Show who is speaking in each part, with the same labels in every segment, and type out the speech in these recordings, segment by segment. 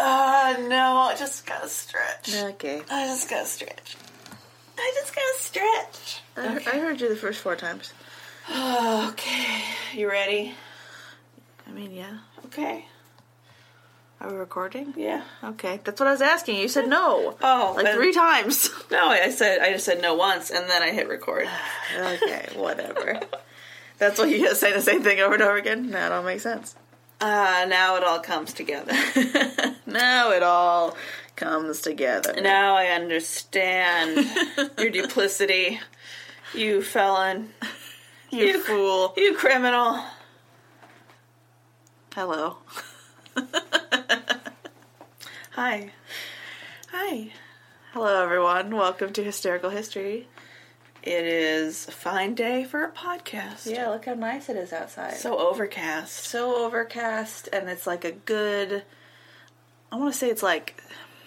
Speaker 1: Uh, just gotta stretch.
Speaker 2: Okay.
Speaker 1: I just gotta stretch. I just gotta stretch.
Speaker 2: I, he- I heard you the first four times.
Speaker 1: Okay. You ready?
Speaker 2: I mean, yeah.
Speaker 1: Okay.
Speaker 2: Are we recording?
Speaker 1: Yeah.
Speaker 2: Okay. That's what I was asking. You said no.
Speaker 1: Oh,
Speaker 2: Like
Speaker 1: and-
Speaker 2: three times.
Speaker 1: No, I said I just said no once, and then I hit record.
Speaker 2: okay, whatever. That's what you just say the same thing over and over again? No, it all makes sense.
Speaker 1: Uh, now it all comes together.
Speaker 2: now it all comes together.
Speaker 1: now I understand your duplicity, you felon,
Speaker 2: you, fool.
Speaker 1: you criminal.
Speaker 2: Hello.
Speaker 1: Hi. Hi.
Speaker 2: Hello, everyone. Welcome to Hysterical History.
Speaker 1: It is a fine day for a podcast.
Speaker 2: Yeah, look how nice it is outside.
Speaker 1: So overcast.
Speaker 2: so overcast and it's like a good i want to say it's like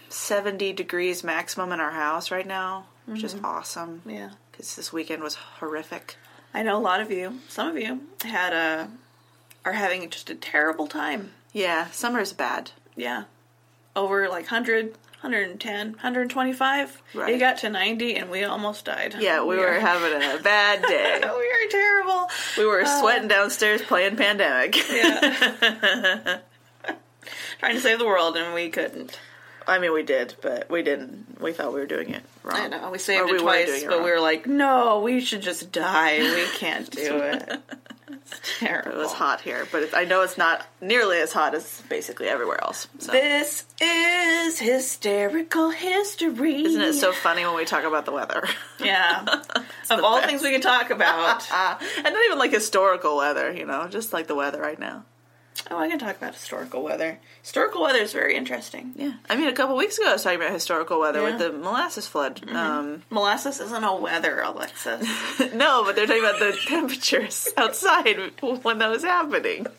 Speaker 2: 70 degrees maximum in our house right now which is awesome
Speaker 1: Yeah.
Speaker 2: because this weekend was horrific
Speaker 1: I know a lot of you, some of you, had a are having just a terrible time.
Speaker 2: yeah summer is bad
Speaker 1: Yeah. Over like 100, 110, 125.
Speaker 2: Right.
Speaker 1: It got to 90 and we almost died.
Speaker 2: yeah we were having a bad
Speaker 1: we
Speaker 2: day
Speaker 1: were terrible.
Speaker 2: we were sweating
Speaker 1: Uh.
Speaker 2: downstairs playing pandemic
Speaker 1: Yeah. Trying to save the world and we couldn't.
Speaker 2: i mean we did but we didn't we thought we were doing it wrong
Speaker 1: I know. We saved
Speaker 2: Or
Speaker 1: it
Speaker 2: we were
Speaker 1: twice,
Speaker 2: doing it
Speaker 1: but
Speaker 2: wrong.
Speaker 1: we were like, no, we should just die. We can't do it. It's terrible.
Speaker 2: it was hot here but it, i know it's not nearly as hot as basically everywhere else so.
Speaker 1: This is hysterical history.
Speaker 2: isn't it so funny when we talk about the weather
Speaker 1: Yeah. of all things we can talk about.
Speaker 2: Uh, and not even like historical weather, you know, just like the weather right now.
Speaker 1: oh, I can talk about historical weather. Historical weather is very interesting.
Speaker 2: Yeah. I mean, a couple weeks ago I was talking about historical weather with
Speaker 1: Yeah. Mm-hmm.
Speaker 2: the molasses flood. Um,
Speaker 1: Molasses isn't a weather, Alexis.
Speaker 2: no, but they're talking about the temperatures outside when that was happening.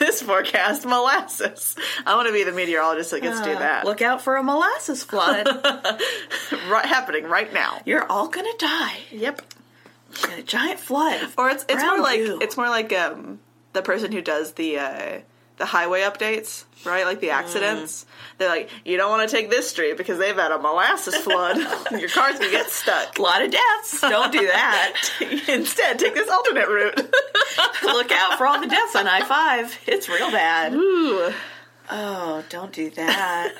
Speaker 2: this forecast molasses. I want to be the meteorologist that gets to do that.
Speaker 1: Look out for a molasses flood.
Speaker 2: right, happening right now.
Speaker 1: You're all gonna die.
Speaker 2: Yep.
Speaker 1: in a giant flood.
Speaker 2: Or it's it's
Speaker 1: Around
Speaker 2: more like
Speaker 1: you.
Speaker 2: it's more like um the person who does the uh the highway updates, right? Like the accidents. They're like, you don't want to take this street because they've had a molasses flood. Your car's gonna get stuck.
Speaker 1: a lot of deaths. Don't do that.
Speaker 2: Instead, take this alternate route.
Speaker 1: Look out for all the deaths on I five. It's real bad.
Speaker 2: Ooh.
Speaker 1: Oh, don't do that.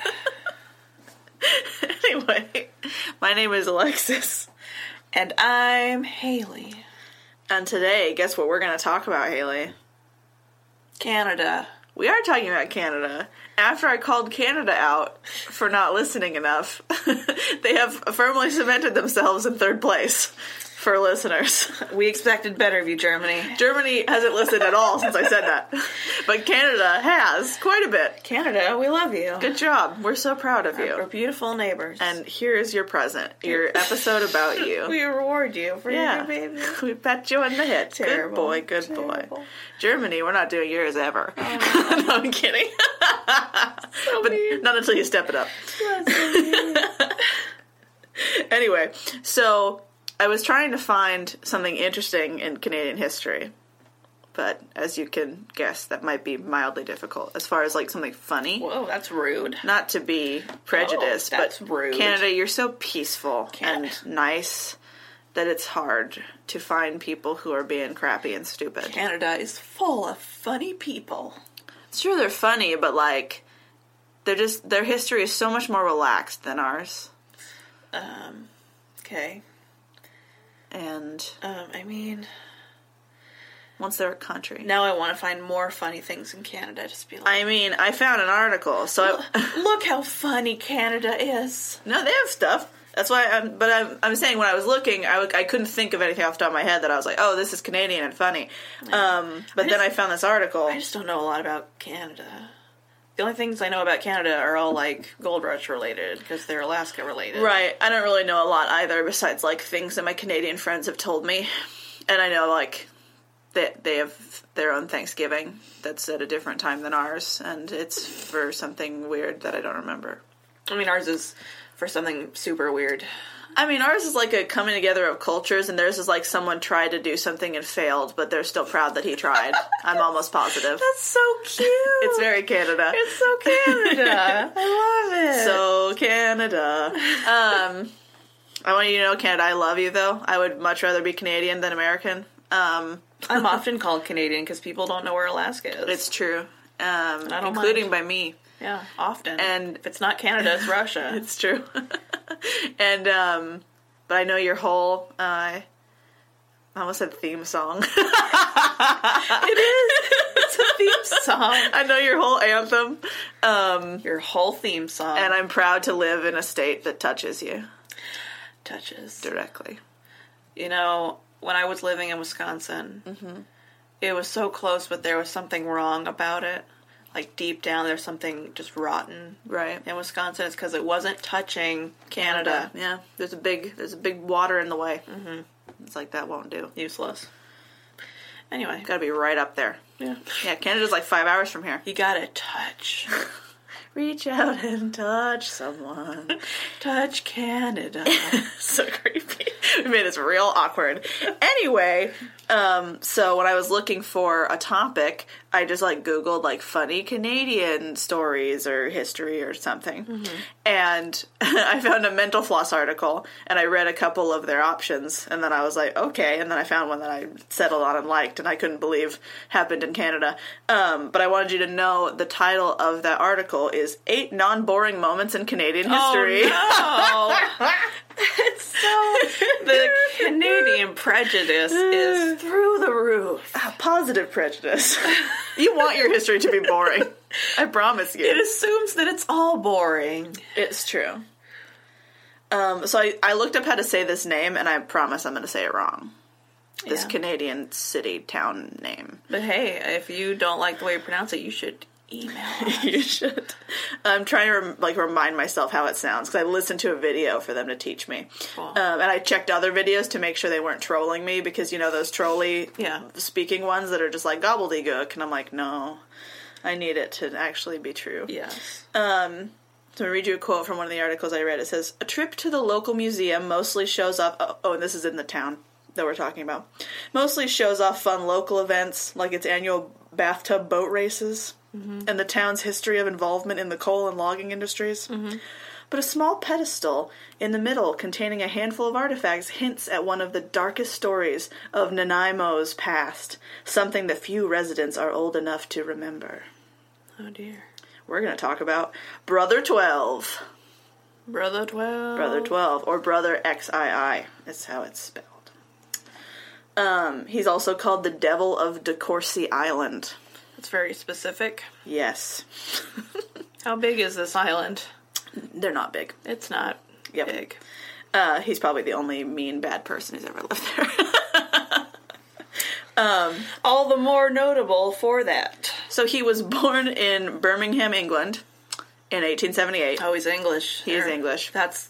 Speaker 2: Anyway, my name is Alexis,
Speaker 1: and I'm Haley.
Speaker 2: and today, guess what we're gonna talk about, Haley?
Speaker 1: Canada.
Speaker 2: We are talking about Canada. After I called Canada out for not listening enough, they have firmly cemented themselves in third place for listeners.
Speaker 1: We expected better of you, Germany.
Speaker 2: Germany hasn't listened at all since I said that, but Canada has quite a bit.
Speaker 1: Canada, we love you.
Speaker 2: Good job. We're so proud of
Speaker 1: We're
Speaker 2: you.
Speaker 1: beautiful neighbors.
Speaker 2: And here is your present, your episode about you.
Speaker 1: we reward you for
Speaker 2: Yeah,
Speaker 1: your baby.
Speaker 2: we pat you on the head. Good
Speaker 1: Terrible.
Speaker 2: boy, good boy.
Speaker 1: Terrible.
Speaker 2: Germany, we're not doing yours ever.
Speaker 1: Oh.
Speaker 2: no, I'm kidding. but
Speaker 1: mean.
Speaker 2: not until you step it up. anyway, so I was trying to find something interesting in Canadian history, but as you can guess, that might be mildly difficult as far as like something funny.
Speaker 1: Whoa, that's rude.
Speaker 2: Not to be prejudiced,
Speaker 1: Oh,
Speaker 2: but
Speaker 1: that's rude.
Speaker 2: Canada, you're so peaceful
Speaker 1: Canada.
Speaker 2: and nice that it's hard to find people who are being crappy and stupid.
Speaker 1: Canada is full of funny people.
Speaker 2: Sure, they're funny, but like they're just their history is so much more relaxed than ours,
Speaker 1: Um, okay.
Speaker 2: and
Speaker 1: Um, I mean,
Speaker 2: once they're a country.
Speaker 1: now I want to find more funny things in Canada. Just be like,
Speaker 2: I mean, I found an article, so I,
Speaker 1: Look how funny Canada is.
Speaker 2: no, they have stuff. That's why. I'm, but I'm, I'm saying when I was looking, I, w- I couldn't think of anything off the top of my head that I was like, oh, this is Canadian and funny. Um, but then I found this article.
Speaker 1: I just don't know a lot about Canada. The only things I know about Canada are all like gold rush related because they're Alaska related.
Speaker 2: right. I don't really know a lot either, besides like things that my Canadian friends have told me, and I know like that they have their own Thanksgiving that's at a different time than ours, and it's for something weird that I don't remember.
Speaker 1: I mean, ours is for something super weird.
Speaker 2: I mean, ours is like a coming together of cultures, and theirs is like someone tried to do something and failed, but they're still proud that he tried. I'm almost positive.
Speaker 1: That's so cute.
Speaker 2: It's very Canada.
Speaker 1: It's so Canada. I love it.
Speaker 2: so Canada. Um, I want you to know, Canada, I love you though. I would much rather be Canadian than American. Um,
Speaker 1: I'm often called Canadian because people don't know where Alaska is.
Speaker 2: it's true, um,
Speaker 1: don't
Speaker 2: including by me.
Speaker 1: yeah, often.
Speaker 2: And-
Speaker 1: if it's not Canada, it's Russia.
Speaker 2: It's true. and um, but I know your whole. Uh, I almost said theme song.
Speaker 1: it's a theme song.
Speaker 2: I know your whole anthem, um,
Speaker 1: Your whole theme song
Speaker 2: and I'm proud to live in a state that touches you
Speaker 1: touches.
Speaker 2: directly.
Speaker 1: You know, when I was living in Wisconsin, it was so close, but there was something wrong about it. Like deep down, there's something just rotten.
Speaker 2: Right.
Speaker 1: In Wisconsin, it's because it wasn't touching Canada.
Speaker 2: Yeah. There's a big there's a big water in the way. Mm-hmm. It's like that won't do.
Speaker 1: Useless. Anyway,
Speaker 2: Got to be right up there.
Speaker 1: yeah.
Speaker 2: Yeah, Canada's like five hours from here.
Speaker 1: you gotta touch.
Speaker 2: Reach out and touch someone.
Speaker 1: Touch Canada.
Speaker 2: so creepy. We made this real awkward. Anyway, um, so when I was looking for a topic, I just like Googled like funny Canadian stories or history or something. And I found a mental floss article and I read a couple of their options. And then I was like, okay. And then I found one that I settled on and liked and I couldn't believe happened in Canada. Um, but I wanted you to know the title of that article is Eight Non Boring Moments in Canadian History.
Speaker 1: Oh, no. it's so the Canadian prejudice is through the roof.
Speaker 2: Positive prejudice. you want your history to be boring. I promise you.
Speaker 1: It assumes that it's all boring.
Speaker 2: It's true. Um, so I, I looked up how to say this name, and I promise I'm going to say it wrong. This
Speaker 1: Yeah.
Speaker 2: Canadian city town name.
Speaker 1: But hey, if you don't like the way you pronounce it, you should email. us.
Speaker 2: you should. I'm trying to rem- like remind myself how it sounds because I listened to a video for them to teach me,
Speaker 1: Cool.
Speaker 2: um, and I checked other videos to make sure they weren't trolling me because you know those trolley
Speaker 1: Yeah.
Speaker 2: speaking ones that are just like gobbledygook, and I'm like, no, I need it to actually be true.
Speaker 1: Yes.
Speaker 2: So I'm gonna read you a quote from one of the articles I read. It says, "A trip to the local museum mostly shows off. Oh, oh, and this is in the town that we're talking about. Mostly shows off fun local events like its annual bathtub boat races and the town's history of involvement in the coal and logging industries." But a small pedestal in the middle containing a handful of artifacts hints at one of the darkest stories of Nanaimo's past, something that few residents are old enough to remember.
Speaker 1: Oh dear.
Speaker 2: We're going to talk about Brother 12.
Speaker 1: Brother twelve.
Speaker 2: Brother 12, or Brother XII, is how it's spelled. Um, he's also called the Devil of De Courcy Island.
Speaker 1: It's very specific.
Speaker 2: Yes.
Speaker 1: How big is this island?
Speaker 2: They're not big.
Speaker 1: It's not
Speaker 2: Yep.
Speaker 1: big.
Speaker 2: Uh, he's probably the only mean, bad person who's ever lived there. Um,
Speaker 1: All the more notable for that.
Speaker 2: so he was born in Birmingham, England in 1878.
Speaker 1: Oh, he's English.
Speaker 2: He is English.
Speaker 1: That's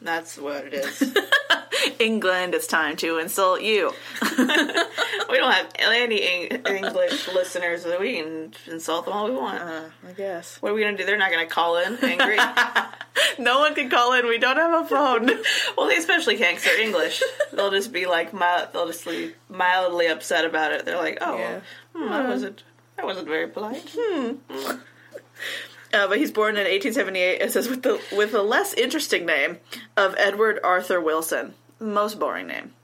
Speaker 1: that's what it is.
Speaker 2: England, it's time to insult you.
Speaker 1: we don't have any Eng- English listeners. so We can insult them all we want.
Speaker 2: I guess.
Speaker 1: What are we gonna do? They're not gonna call in angry.
Speaker 2: No one can call in. We don't have a phone.
Speaker 1: well, they especially can't 'cause they're English. They'll just be like, mild, they'll just be mildly upset about it. They're like, oh,
Speaker 2: Yeah. Uh-huh.
Speaker 1: hmm, I wasn't, I wasn't very polite.
Speaker 2: Uh, but he's born in 1878. It says with the with the less interesting name of Edward Arthur Wilson, most boring name,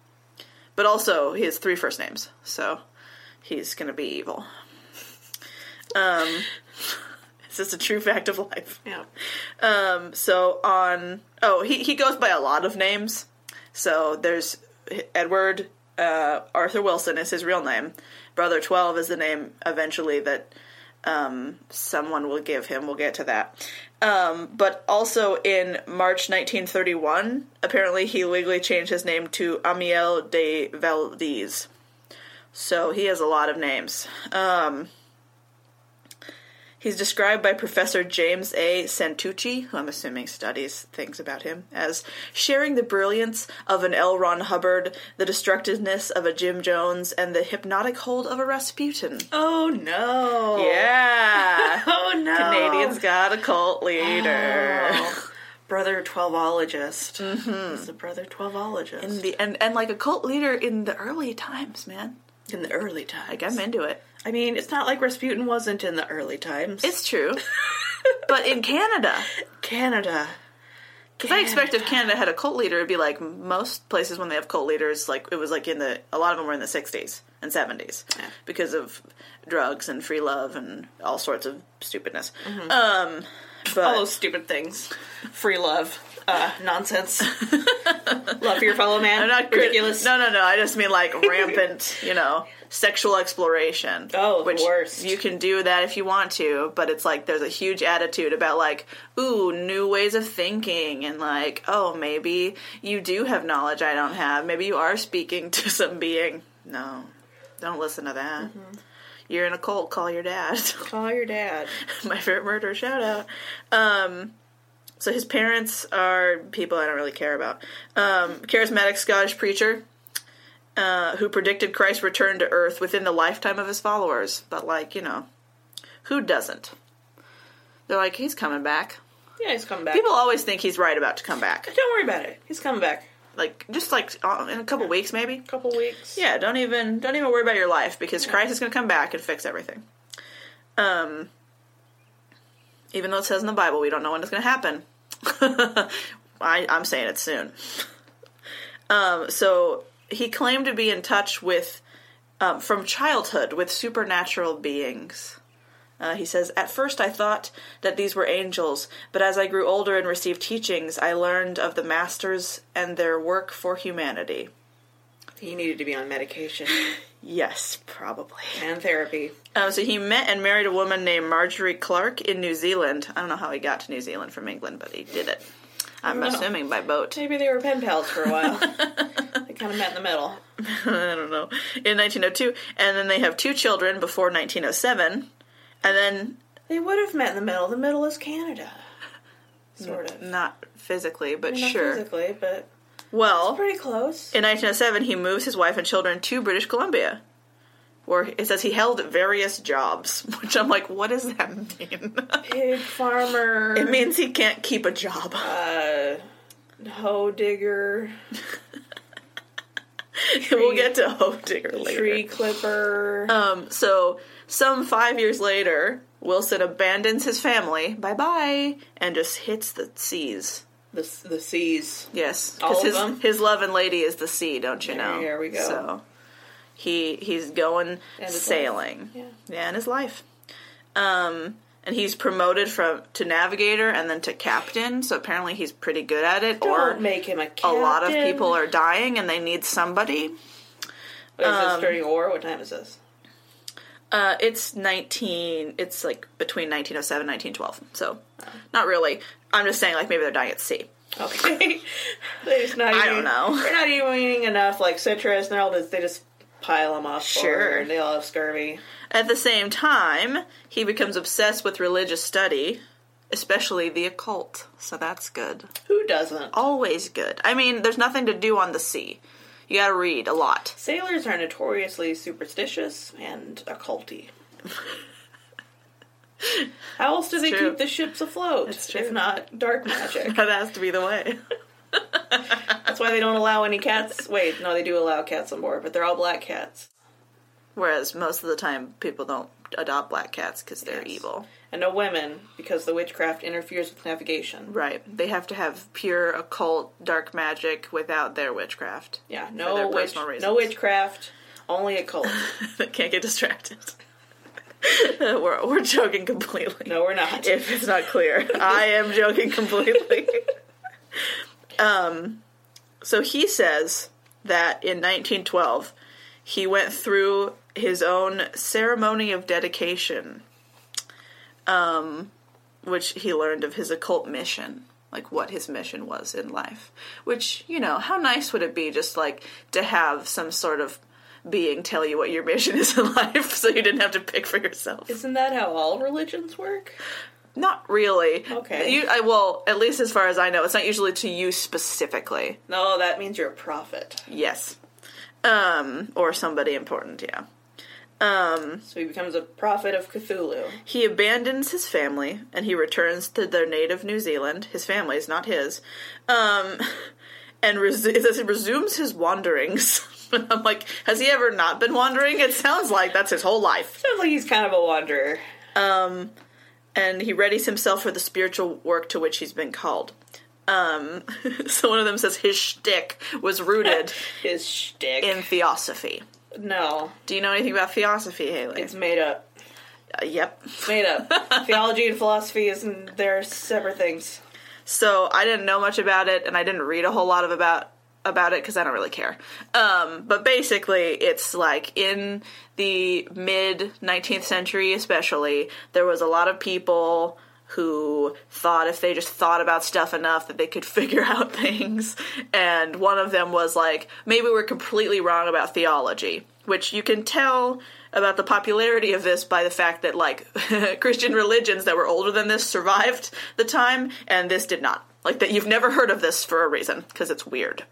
Speaker 2: but also he has three first names, so he's gonna be evil. Um, it's just a true fact of life.
Speaker 1: yeah,
Speaker 2: Um, so on oh he he goes by a lot of names. So there's Edward uh, Arthur Wilson is his real name. Brother Twelve is the name eventually that um, someone will give him. We'll get to that. Um, but also in March 1931, apparently he legally changed his name to Amiel de Valdez. So he has a lot of names. Um, he's described by Professor James A. Santucci, who I'm assuming studies things about him, as sharing the brilliance of an L. Ron Hubbard, the destructiveness of a Jim Jones, and the hypnotic hold of a Rasputin.
Speaker 1: Oh no.
Speaker 2: Yeah.
Speaker 1: Oh no.
Speaker 2: Canadians got a cult leader.
Speaker 1: Oh. brother twelveologist. He's a brother twelveologist
Speaker 2: Mm-hmm. in the and, and like a cult leader in the early times, man.
Speaker 1: in the early times.
Speaker 2: Like I'm into it.
Speaker 1: I mean, it's not like Rasputin wasn't in the early times.
Speaker 2: It's true, but in Canada,
Speaker 1: Canada.
Speaker 2: because I expect if Canada had a cult leader, it'd be like most places when they have cult leaders, like it was like in the a lot of them were in the '60s and '70s
Speaker 1: Yeah.
Speaker 2: because of drugs and free love and all sorts of stupidness. Um, but
Speaker 1: all those stupid things. Free love. Uh, nonsense. love for your fellow man.
Speaker 2: I'm not crit-
Speaker 1: ridiculous.
Speaker 2: No, no, no. I just mean like rampant, you know, sexual exploration.
Speaker 1: Oh, the worst.
Speaker 2: You can do that if you want to, but it's like there's a huge attitude about like, ooh, new ways of thinking, and like, oh, maybe you do have knowledge I don't have. Maybe you are speaking to some being. No, don't listen to that.
Speaker 1: Mm-hmm.
Speaker 2: You're in a cult. Call your dad.
Speaker 1: Call your dad.
Speaker 2: My favorite murder shout out. Um, so his parents are people I don't really care about. Um, charismatic Scottish preacher uh, who predicted Christ's return to earth within the lifetime of his followers. But, like, you know, who doesn't? They're like, he's coming back.
Speaker 1: Yeah, he's coming back.
Speaker 2: People always think he's right about to come back.
Speaker 1: Don't worry about it. He's coming back.
Speaker 2: Like, just like uh, in a couple weeks, maybe.
Speaker 1: A couple weeks.
Speaker 2: Yeah, don't even don't even worry about your life because Christ is going to come back and fix everything. Um, even though it says in the Bible we don't know when it's going to happen, I, I'm saying it soon. Um, so he claimed to be in touch with um, from childhood with supernatural beings. Uh, he says, At first I thought that these were angels, but as I grew older and received teachings, I learned of the masters and their work for humanity.
Speaker 1: He needed to be on medication
Speaker 2: Yes, probably.
Speaker 1: and therapy.
Speaker 2: Um, so he met and married a woman named Marjorie Clark in New Zealand. I don't know how he got to New Zealand from England, but he did it. I'm
Speaker 1: don't know.
Speaker 2: assuming by boat.
Speaker 1: Maybe they were pen pals for a while. they kind of met in the middle.
Speaker 2: I don't know. In 1902, and then they have two children before 1907, and then
Speaker 1: They would have met in the middle. The middle is Canada. Sort of.
Speaker 2: not physically, but
Speaker 1: Not
Speaker 2: sure.
Speaker 1: physically, but
Speaker 2: Well,
Speaker 1: pretty close.
Speaker 2: in 1907, he moves his wife and children to British Columbia, where it says he held various jobs. Which I'm like, what does that mean?
Speaker 1: Pig farmer.
Speaker 2: it means he can't keep a job.
Speaker 1: uh, hoe digger,
Speaker 2: we'll get to Hope Digger later.
Speaker 1: tree clipper.
Speaker 2: Um, so some five years later, Wilson abandons his family, bye bye, and just hits the seas.
Speaker 1: the the seas.
Speaker 2: Yes,
Speaker 1: All
Speaker 2: because
Speaker 1: of
Speaker 2: his
Speaker 1: them?
Speaker 2: his love and lady is the sea, don't you
Speaker 1: There-
Speaker 2: know?
Speaker 1: there we go.
Speaker 2: So he he's going
Speaker 1: And his
Speaker 2: sailing.
Speaker 1: Yeah.
Speaker 2: yeah, in his life. Um, and he's promoted from to navigator and then to captain. So apparently he's pretty good at it.
Speaker 1: Don't
Speaker 2: or
Speaker 1: make him a
Speaker 2: a
Speaker 1: captain.
Speaker 2: lot of people are dying and they need somebody.
Speaker 1: Wait, is this during war? What time is this?
Speaker 2: Uh, it's 19, it's like between 1907 1912. So, not really. I'm just saying, like, maybe they're dying at sea.
Speaker 1: Okay, they just not.
Speaker 2: I
Speaker 1: eating,
Speaker 2: don't know.
Speaker 1: They're not even eating enough like citrus. And they're all just they just pile them off.
Speaker 2: Sure.
Speaker 1: and they all have scurvy.
Speaker 2: At the same time, he becomes obsessed with religious study, especially the occult. So, that's good.
Speaker 1: Who doesn't?
Speaker 2: Always good. I mean, there's nothing to do on the sea. You gotta read a lot.
Speaker 1: Sailors are notoriously superstitious and occulty. How else do they
Speaker 2: true.
Speaker 1: keep the ships afloat?
Speaker 2: true.
Speaker 1: If not dark magic.
Speaker 2: That has to be the way.
Speaker 1: That's why they don't allow any cats. Wait, no, they do allow cats on board, but they're all black cats.
Speaker 2: Whereas most of the time, people don't adopt black cats because they're
Speaker 1: Yes.
Speaker 2: evil.
Speaker 1: And no women, because the witchcraft interferes with navigation.
Speaker 2: Right. They have to have pure occult dark magic without their witchcraft.
Speaker 1: Yeah,
Speaker 2: their
Speaker 1: no witch,
Speaker 2: personal
Speaker 1: no
Speaker 2: reasons.
Speaker 1: witchcraft, only occult.
Speaker 2: Can't get distracted. we're, we're joking completely.
Speaker 1: No, we're not.
Speaker 2: If it's not clear, I am joking completely. um, so he says that in 1912, he went through his own ceremony of dedication, um, which he learned of his occult mission. Like what his mission was in life, which you know, how nice would it be just like to have some sort of being tell you what your mission is in life, so you didn't have to pick for yourself.
Speaker 1: Isn't that how all religions work?
Speaker 2: Not really.
Speaker 1: Okay.
Speaker 2: You, I, well, at least as far as I know, it's not usually to you specifically.
Speaker 1: No, that means you're a prophet.
Speaker 2: Yes. Um, or somebody important, yeah. Um,
Speaker 1: So he becomes a prophet of Cthulhu.
Speaker 2: he abandons his family and he returns to their native New Zealand. His family is not his. Um, and resu- it says he resumes his wanderings. I'm like, has he ever not been wandering? It sounds like that's his whole life.
Speaker 1: Sounds like he's kind of a wanderer.
Speaker 2: and he readies himself for the spiritual work to which he's been called. Um, so one of them says his shtick was rooted
Speaker 1: His shtick.
Speaker 2: in theosophy.
Speaker 1: no,
Speaker 2: Do you know anything about theosophy, Haley?
Speaker 1: it's made up.
Speaker 2: Uh, yep.
Speaker 1: It's made up. Theology and philosophy is mm, they're separate things.
Speaker 2: So I didn't know much about it, and I didn't read a whole lot of about about it because I don't really care. Um, but basically, it's like in the mid 19th century, especially, there was a lot of people who thought if they just thought about stuff enough that they could figure out things. And one of them was like, maybe we're completely wrong about theology, which you can tell about the popularity of this by the fact that like Christian religions that were older than this survived the time and this did not. Like that you've never heard of this for a reason because it's weird.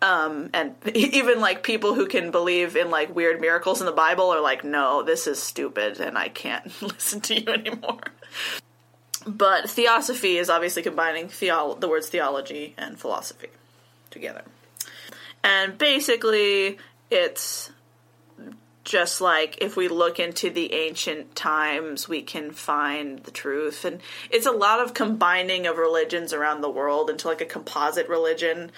Speaker 2: Um, and even like people who can believe in like weird miracles in the Bible are like, no, this is stupid and I can't listen to you anymore. But theosophy is obviously combining theo- the words theology and philosophy together. And basically, it's just like if we look into the ancient times, we can find the truth. And it's a lot of combining of religions around the world into like a composite religion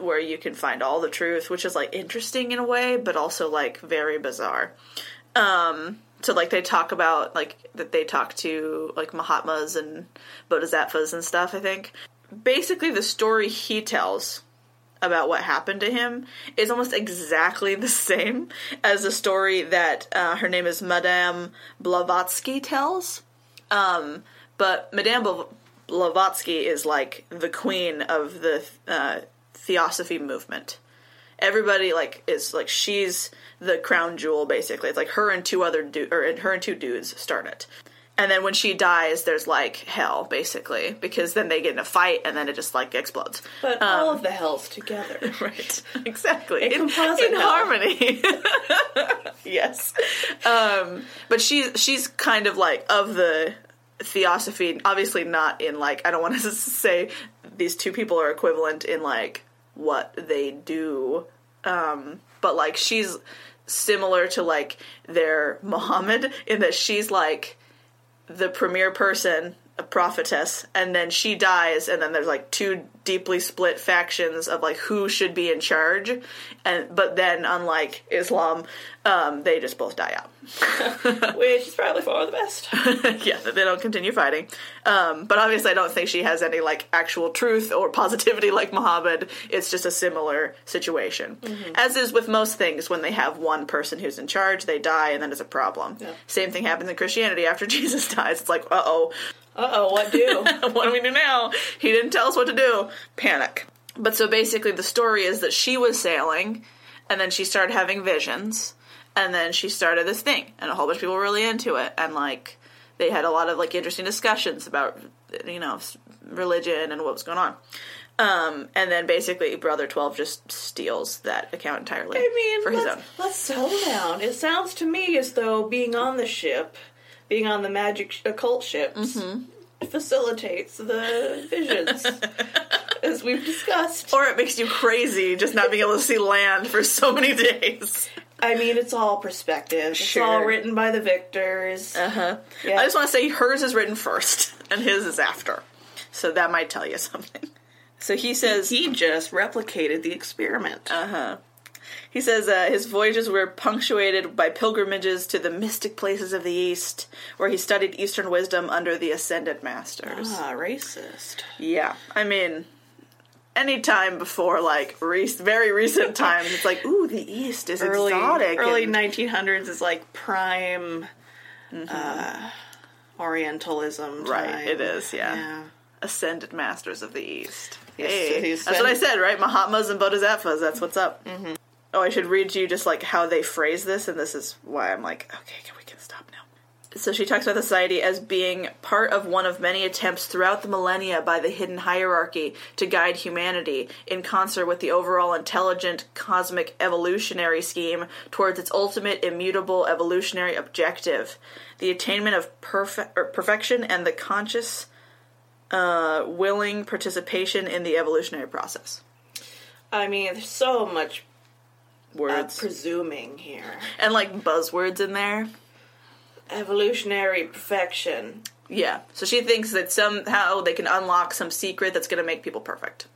Speaker 2: where you can find all the truth, which is like interesting in a way, but also like very bizarre. Um, so like they talk about like that they talk to like Mahatmas and Bodhisattvas and stuff, I think. Basically, the story he tells about what happened to him is almost exactly the same as the story that uh, her name is Madame Blavatsky tells. Um, but Madame Bla- Blavatsky is like the queen of the uh, theosophy movement. Everybody like is like she's the crown jewel basically. It's like her and two other du- or and her and two dudes start it. And then when she dies, there's like hell basically because then they get in a fight and then it just like explodes.
Speaker 1: But all of the hells together.
Speaker 2: Right. Exactly. in
Speaker 1: composite
Speaker 2: in
Speaker 1: novel.
Speaker 2: harmony. yes. Um, but she's she's kind of like of the theosophy, obviously not in like I don't want to say these two people are equivalent in like what they do. Um, but like she's similar to like their Muhammad in that she's like the premier person, a prophetess, and then she dies, and then there's like two deeply split factions of like who should be in charge, and but then unlike Islam, um, they just both die out.
Speaker 1: which is probably for the best.
Speaker 2: yeah, that they don't continue fighting. Um, but obviously, I don't think she has any like actual truth or positivity like Muhammad. It's just a similar situation, as is with most things. When they have one person who's in charge, they die, and then it's a problem.
Speaker 1: Yeah.
Speaker 2: Same thing happens in Christianity after Jesus dies. It's like, uh oh,
Speaker 1: Uh oh, what do?
Speaker 2: what do we do now? He didn't tell us what to do. Panic. But so basically, the story is that she was sailing, and then she started having visions, and then she started this thing, and a whole bunch of people were really into it, and like they had a lot of like interesting discussions about you know s- religion and what was going on. Um, and then basically, Brother Twelve just steals that account entirely
Speaker 1: I mean,
Speaker 2: for his
Speaker 1: let's,
Speaker 2: own.
Speaker 1: let's settle down. It sounds to me as though being on the ship, being on the magic sh- occult ships,
Speaker 2: Mm-hmm.
Speaker 1: facilitates the visions, as we've discussed.
Speaker 2: Or it makes you crazy just not being able to see land for so many days.
Speaker 1: I mean, it's all perspective.
Speaker 2: Sure.
Speaker 1: It's all written by the victors.
Speaker 2: Uh-huh.
Speaker 1: Yeah.
Speaker 2: I just want to say hers is written first and his is after. So that might tell you something. So he says Uh-huh.
Speaker 1: he just replicated the experiment.
Speaker 2: he says uh, his voyages were punctuated by pilgrimages to the mystic places of the East, where he studied Eastern wisdom under the ascended masters.
Speaker 1: ah, racist.
Speaker 2: Yeah, I mean, any time before like re- very recent times, it's like ooh, the East is
Speaker 1: Early,
Speaker 2: exotic.
Speaker 1: early
Speaker 2: and-
Speaker 1: 1900s is like prime uh, Orientalism.
Speaker 2: Mm-hmm. Right,
Speaker 1: time.
Speaker 2: it is, yeah.
Speaker 1: yeah.
Speaker 2: ascended masters of the east.
Speaker 1: Yes,
Speaker 2: Hey,
Speaker 1: the
Speaker 2: that's what I said, right? Mahatmas and Bodhisattvas. That's what's up. Mm-hmm. Oh, I should read to you just like how they phrase this, and this is why I'm like, okay, can we can stop now. So she talks about the society as being part of one of many attempts throughout the millennia by the hidden hierarchy to guide humanity in concert with the overall intelligent cosmic evolutionary scheme towards its ultimate immutable evolutionary objective, the attainment of perfe- or perfection and the conscious uh, willing participation in the evolutionary process.
Speaker 1: I mean, there's so much uh,
Speaker 2: Words
Speaker 1: presuming here.
Speaker 2: and like buzzwords in there.
Speaker 1: Evolutionary perfection.
Speaker 2: Yeah. So she thinks that somehow they can unlock some secret that's going to make people perfect.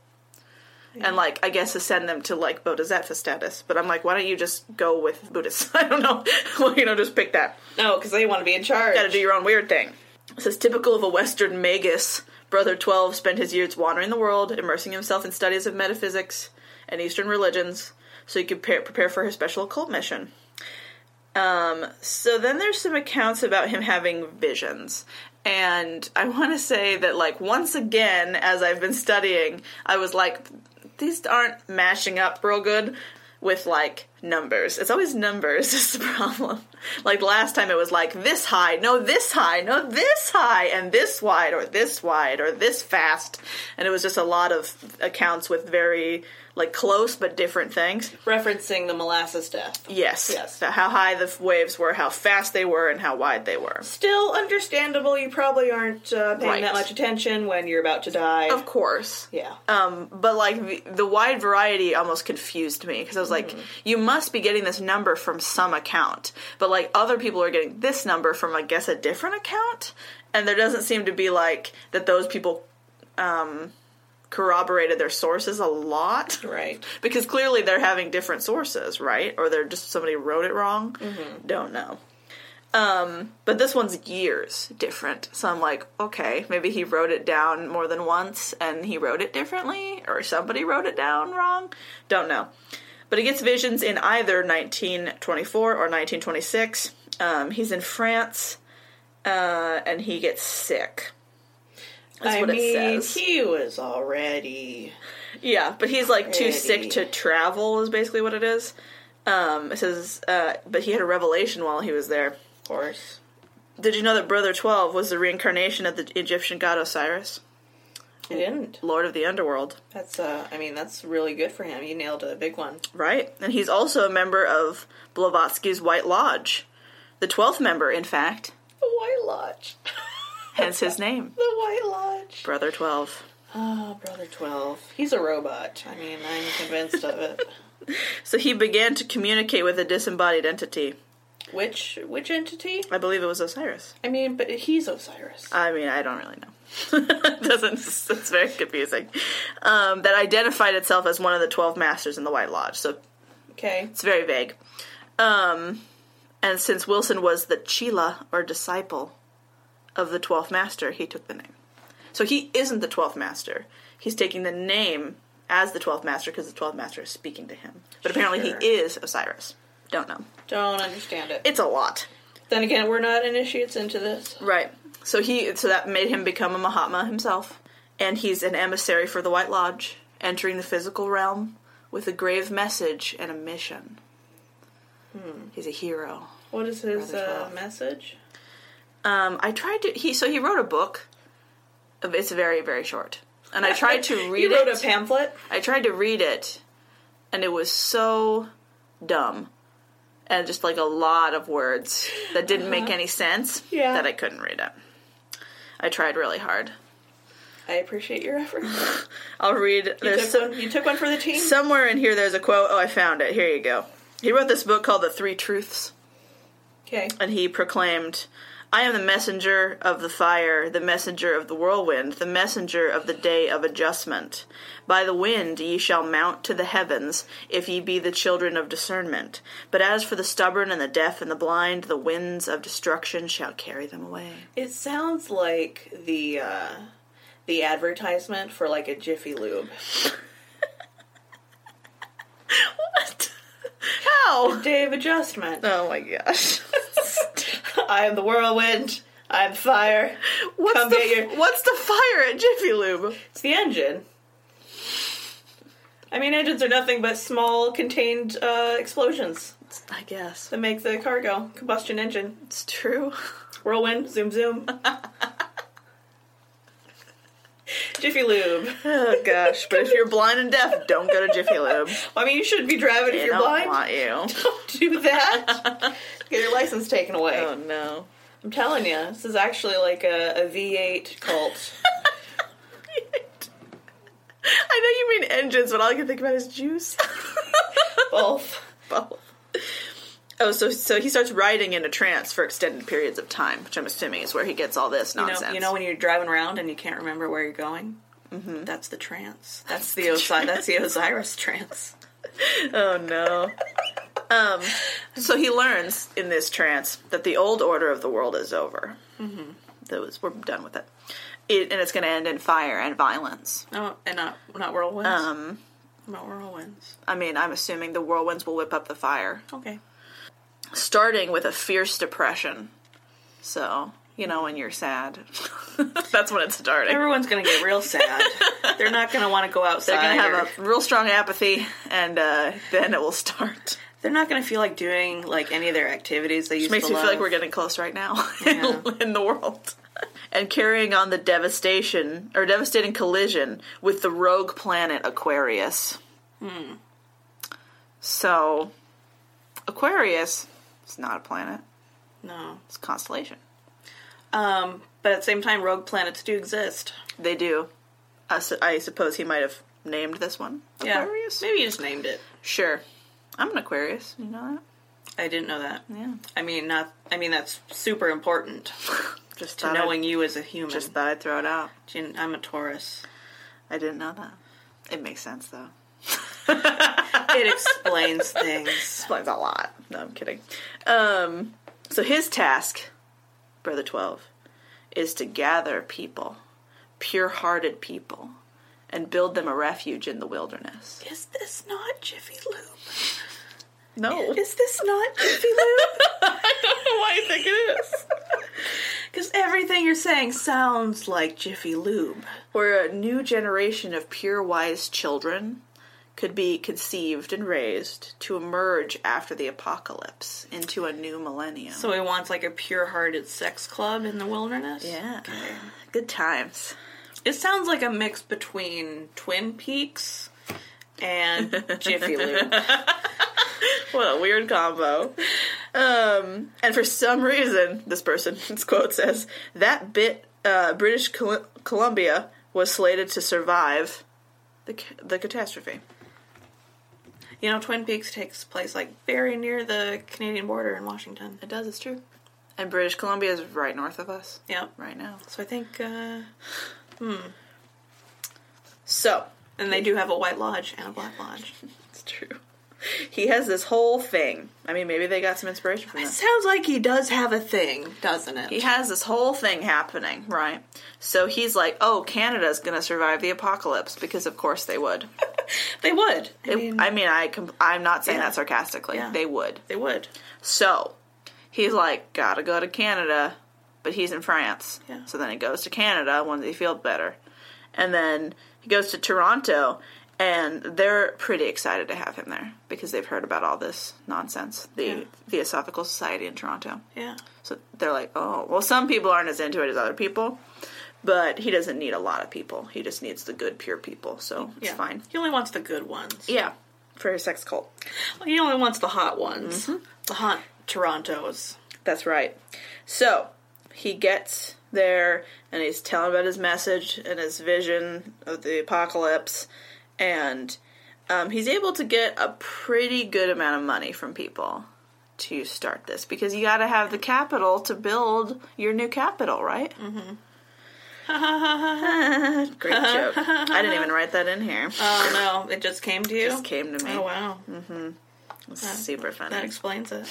Speaker 2: And like, I guess to send them to like bodhisattva status. But I'm like, why don't you just go with Buddhists? I don't know. well, you know, just pick that.
Speaker 1: No, because they want to be in charge.
Speaker 2: Got to do your own weird thing. It says typical of a Western magus, brother twelve spent his years wandering the world, immersing himself in studies of metaphysics and Eastern religions, so he could pre- prepare for his special occult mission. Um, so then there's some accounts about him having visions. And I want to say that, like, once again, as I've been studying, I was like, these aren't mashing up real good with, like, numbers. It's always numbers is the problem. Like, last time it was like this high, no, this high, no, this high, and this wide, or this wide, or this fast. And it was just a lot of accounts with very, like, close but different things.
Speaker 1: Referencing the molasses death.
Speaker 2: Yes.
Speaker 1: Yes.
Speaker 2: So how high the f- waves were, how fast they were, and how wide they were.
Speaker 1: Still understandable. You probably aren't uh, paying
Speaker 2: Right.
Speaker 1: that much attention when you're about to die.
Speaker 2: Of course.
Speaker 1: yeah.
Speaker 2: Um, but like the, the wide variety almost confused me because I was like, you must be getting this number from some account, but like other people are getting this number from, I guess, a different account, and there doesn't seem to be like that those people um, corroborated their sources a lot.
Speaker 1: Right.
Speaker 2: because clearly they're having different sources, right? Or they're just somebody wrote it wrong. Don't know. Um, but this one's years different, so I'm like, okay, maybe he wrote it down more than once, and he wrote it differently, or somebody wrote it down wrong. Don't know. But he gets visions in either 1924 or 1926. Um, he's in France, uh, and he gets sick. That's
Speaker 1: I
Speaker 2: what
Speaker 1: mean,
Speaker 2: it says.
Speaker 1: he was already.
Speaker 2: Yeah, but he's like too
Speaker 1: Pretty.
Speaker 2: sick to travel is basically what it is. Um, it says, uh, but he had a revelation while he was there.
Speaker 1: Of course.
Speaker 2: Did you know that Brother Twelve was the reincarnation of the Egyptian god Osiris,
Speaker 1: I didn't.
Speaker 2: Lord of the Underworld?
Speaker 1: That's, uh, I mean, that's really good for him. You nailed a big one.
Speaker 2: Right, and he's also a member of Blavatsky's White Lodge, the twelfth member, in fact,
Speaker 1: The White Lodge.
Speaker 2: hence his name,
Speaker 1: the White Lodge.
Speaker 2: Brother Twelve.
Speaker 1: Ah, Brother 12. He's a robot. I mean, I'm convinced of it.
Speaker 2: So he began to communicate with a disembodied entity.
Speaker 1: Which which entity?
Speaker 2: I believe it was Osiris.
Speaker 1: I mean, but he's Osiris.
Speaker 2: I mean, I don't really know. It Doesn't it's very confusing. Um, that identified itself as one of the twelve masters in the White Lodge, so
Speaker 1: Okay.
Speaker 2: it's very vague. Um, and since Wilson was the chela or disciple of the twelfth master, he took the name. So he isn't the twelfth master. He's taking the name as the twelfth master because the twelfth master is speaking to him. But apparently,
Speaker 1: Sure.
Speaker 2: he is Osiris. Don't know.
Speaker 1: Don't understand it.
Speaker 2: It's a lot.
Speaker 1: Then again, we're not initiates into this.
Speaker 2: Right. So he so that made him become a Mahatma himself. And he's an emissary for the White Lodge, entering the physical realm with a grave message and a mission.
Speaker 1: Hmm.
Speaker 2: He's a hero.
Speaker 1: What is his
Speaker 2: Brother
Speaker 1: uh,
Speaker 2: 12.
Speaker 1: message?
Speaker 2: Um, I tried to he so he wrote a book. It's very very short. And I tried to read
Speaker 1: you wrote
Speaker 2: it.
Speaker 1: a pamphlet.
Speaker 2: I tried to read it, and it was so dumb, and just like a lot of words that didn't make any sense.
Speaker 1: Uh-huh. Yeah.
Speaker 2: that I couldn't read it. I tried really hard.
Speaker 1: I appreciate your effort. You
Speaker 2: I'll read.
Speaker 1: took,
Speaker 2: There's some,
Speaker 1: one, you took one for the team.
Speaker 2: somewhere in here. There's a quote. Oh, I found it. Here you go. He wrote this book called The Three Truths,
Speaker 1: Okay.
Speaker 2: and he proclaimed, "I am the messenger of the fire, the messenger of the whirlwind, the messenger of the day of adjustment. By the wind ye shall mount to the heavens, if ye be the children of discernment. But as for the stubborn and the deaf and the blind, the winds of destruction shall carry them away."
Speaker 1: It sounds like the uh, the advertisement for like a Jiffy Lube.
Speaker 2: What? How?
Speaker 1: Day of adjustment.
Speaker 2: Oh my gosh.
Speaker 1: I am the whirlwind. I'm fire.
Speaker 2: What's
Speaker 1: Come
Speaker 2: the
Speaker 1: get your-
Speaker 2: What's the fire at Jiffy Lube?
Speaker 1: It's the engine. I mean, engines are nothing but small contained uh, explosions
Speaker 2: I guess
Speaker 1: that make the car go. Combustion engine.
Speaker 2: it's true.
Speaker 1: Whirlwind, zoom, zoom. Jiffy Lube.
Speaker 2: Oh gosh, but if you're blind and deaf, don't go to Jiffy Lube.
Speaker 1: I mean, you shouldn't be driving if
Speaker 2: They
Speaker 1: you're
Speaker 2: don't
Speaker 1: blind.
Speaker 2: want you.
Speaker 1: Don't do that. Get your license taken away.
Speaker 2: Oh no.
Speaker 1: I'm telling you, this is actually like a, a V8 cult.
Speaker 2: I know you mean engines, but all I can think about is juice.
Speaker 1: Both.
Speaker 2: Both. Oh, so so he starts riding in a trance for extended periods of time, which I'm assuming is where he gets all this
Speaker 1: You know,
Speaker 2: nonsense.
Speaker 1: you know when you're driving around and you can't remember where you're going? Mm-hmm. That's the trance. That's the Osi- That's the Osiris trance.
Speaker 2: Oh no. um, so he learns in this trance that the old order of the world is over. Mm-hmm. That was we're done with it, it and it's going to end in fire and violence.
Speaker 1: No, Oh, and not not whirlwinds.
Speaker 2: Um,
Speaker 1: not whirlwinds.
Speaker 2: I mean, I'm assuming the whirlwinds will whip up the fire,
Speaker 1: Okay.
Speaker 2: starting with a fierce depression. So you know when you're sad, that's when it's starting.
Speaker 1: Everyone's gonna get real sad. They're not gonna want to go outside.
Speaker 2: They're going to
Speaker 1: or-
Speaker 2: have a real strong apathy, and uh, then it will start.
Speaker 1: They're not gonna feel like doing like any of their activities they used
Speaker 2: Makes
Speaker 1: to
Speaker 2: me
Speaker 1: love.
Speaker 2: feel like we're getting close right now
Speaker 1: Yeah.
Speaker 2: in the world. And carrying on the devastation or devastating collision with the rogue planet Aquarius. Hmm. So, Aquarius is not a planet,
Speaker 1: no.
Speaker 2: it's a constellation.
Speaker 1: Um, but at the same time, rogue planets do exist.
Speaker 2: They do. I su- I suppose he might have named this one
Speaker 1: Yeah.
Speaker 2: Aquarius?
Speaker 1: Maybe you just named it.
Speaker 2: Sure. I'm an Aquarius. You know
Speaker 1: I didn't know that.
Speaker 2: that? Yeah.
Speaker 1: I mean, not. I mean, that's super important
Speaker 2: Just
Speaker 1: to
Speaker 2: thought I'd-
Speaker 1: knowing you as a human.
Speaker 2: just thought I'd throw it out.
Speaker 1: Gin- I'm a Taurus.
Speaker 2: I didn't know that. It makes sense though.
Speaker 1: It explains things.
Speaker 2: explains a lot. No, I'm kidding. Um, so his task, Brother 12, is to gather people, pure hearted people, and build them a refuge in the wilderness.
Speaker 1: Is this not Jiffy Lube?
Speaker 2: No.
Speaker 1: Is this not Jiffy Lube?
Speaker 2: I don't know why I think it is.
Speaker 1: Because everything you're saying sounds like Jiffy Lube.
Speaker 2: Where a new generation of pure, wise children could be conceived and raised to emerge after the apocalypse into a new millennium.
Speaker 1: So he wants like a pure-hearted sex club in the wilderness.
Speaker 2: yeah. Good times.
Speaker 1: It sounds like a mix between Twin Peaks and Jiffy Lube.
Speaker 2: What a weird combo. Um, and for some reason, this person, this quote says, that bit uh, British Col- Columbia was slated to survive the, ca- the catastrophe.
Speaker 1: You know, Twin Peaks takes place like very near the Canadian border in Washington.
Speaker 2: It does, it's true. And British Columbia is right north of us
Speaker 1: Yep.
Speaker 2: right now.
Speaker 1: So I think, uh,
Speaker 2: So,
Speaker 1: and they do have a White Lodge and a Black Lodge.
Speaker 2: it's true. He has this whole thing. I mean, maybe they got some inspiration from
Speaker 1: It
Speaker 2: that.
Speaker 1: sounds like he does have a thing, doesn't it?
Speaker 2: he has this whole thing happening, right? So he's like, oh, Canada's going to survive the apocalypse because, of course, they would.
Speaker 1: they would. I
Speaker 2: They-
Speaker 1: mean,
Speaker 2: I mean, I com- I'm not saying
Speaker 1: Yeah.
Speaker 2: that sarcastically.
Speaker 1: Yeah.
Speaker 2: They would.
Speaker 1: they would.
Speaker 2: So he's like, gotta go to Canada, but he's in France.
Speaker 1: Yeah.
Speaker 2: So then he goes to Canada once he feels better, and then he goes to Toronto, and they're pretty excited to have him there because they've heard about all this nonsense, the
Speaker 1: Yeah.
Speaker 2: Theosophical Society in Toronto.
Speaker 1: Yeah.
Speaker 2: So they're like, oh, well, some people aren't as into it as other people. But he doesn't need a lot of people. He just needs the good, pure people. So it's
Speaker 1: yeah.
Speaker 2: fine.
Speaker 1: He only wants the good ones.
Speaker 2: Yeah. For his sex cult.
Speaker 1: He only wants the hot ones.
Speaker 2: Mm-hmm.
Speaker 1: The hot Torontos.
Speaker 2: That's right. So he gets there and he's telling about his message and his vision of the apocalypse, and um, he's able to get a pretty good amount of money from people to start this because you got to have the capital to build your new capital, right? Mm-hmm. Great joke. I didn't even write that in here.
Speaker 1: Oh no, it just came to you.
Speaker 2: Just came to me. Mm-hmm.
Speaker 1: Oh wow,
Speaker 2: It's super funny.
Speaker 1: that explains it.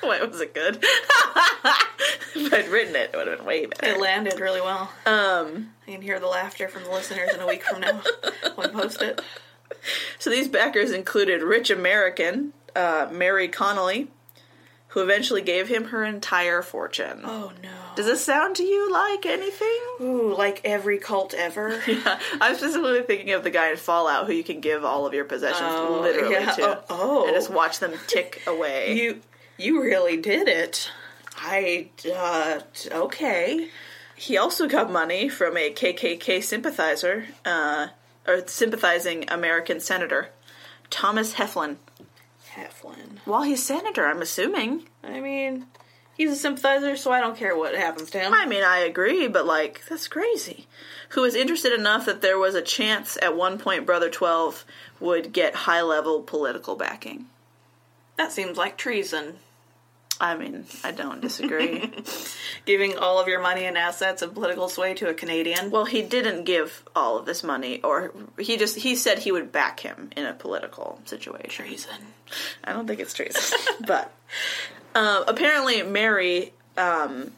Speaker 2: Why was it good? if I'd written it, it would have been way better.
Speaker 1: It landed really well.
Speaker 2: Um,
Speaker 1: I can hear the laughter from the listeners in a week from now when we post it.
Speaker 2: So these backers included rich American uh, Mary Connolly, who eventually gave him her entire fortune.
Speaker 1: Oh no.
Speaker 2: Does this sound to you like anything?
Speaker 1: Ooh, like every cult ever.
Speaker 2: I'm specifically thinking of the guy in Fallout who you can give all of your possessions
Speaker 1: Oh,
Speaker 2: literally
Speaker 1: yeah.
Speaker 2: to,
Speaker 1: Oh, oh.
Speaker 2: and just watch them tick away.
Speaker 1: You you really did it. I I uh, t- okay.
Speaker 2: He also got money from a KKK sympathizer, uh, or sympathizing American senator, Thomas Heflin.
Speaker 1: Heflin.
Speaker 2: While he's senator, I'm assuming.
Speaker 1: I mean, he's a sympathizer, so I don't care what happens to him.
Speaker 2: I mean, I agree, but like, that's crazy. Who was interested enough that there was a chance at one point Brother 12 would get high level political backing.
Speaker 1: That seems like treason.
Speaker 2: I mean, I don't disagree.
Speaker 1: Giving all of your money and assets and political sway to a Canadian.
Speaker 2: well, he didn't give all of this money, or he just, he said he would back him in a political situation.
Speaker 1: Treason.
Speaker 2: I don't think it's treason, but um, apparently Mary, um,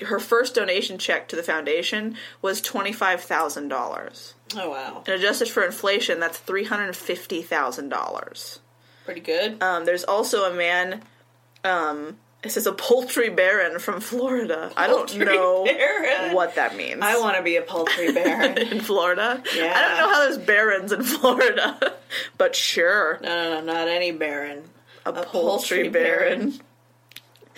Speaker 2: her first donation check to the foundation was twenty five thousand dollars,
Speaker 1: Oh wow,
Speaker 2: and adjusted for inflation, that's three hundred fifty thousand dollars.
Speaker 1: pretty good.
Speaker 2: Um, there's also a man. Um, it says a poultry baron from Florida. I don't
Speaker 1: Poultry
Speaker 2: know
Speaker 1: baron.
Speaker 2: what that means.
Speaker 1: I want to be a poultry baron.
Speaker 2: in Florida. I don't
Speaker 1: Yeah.
Speaker 2: know how there's barons in Florida, but sure,
Speaker 1: no, no, no, not any baron.
Speaker 2: a, poultry,
Speaker 1: poultry
Speaker 2: baron.
Speaker 1: baron.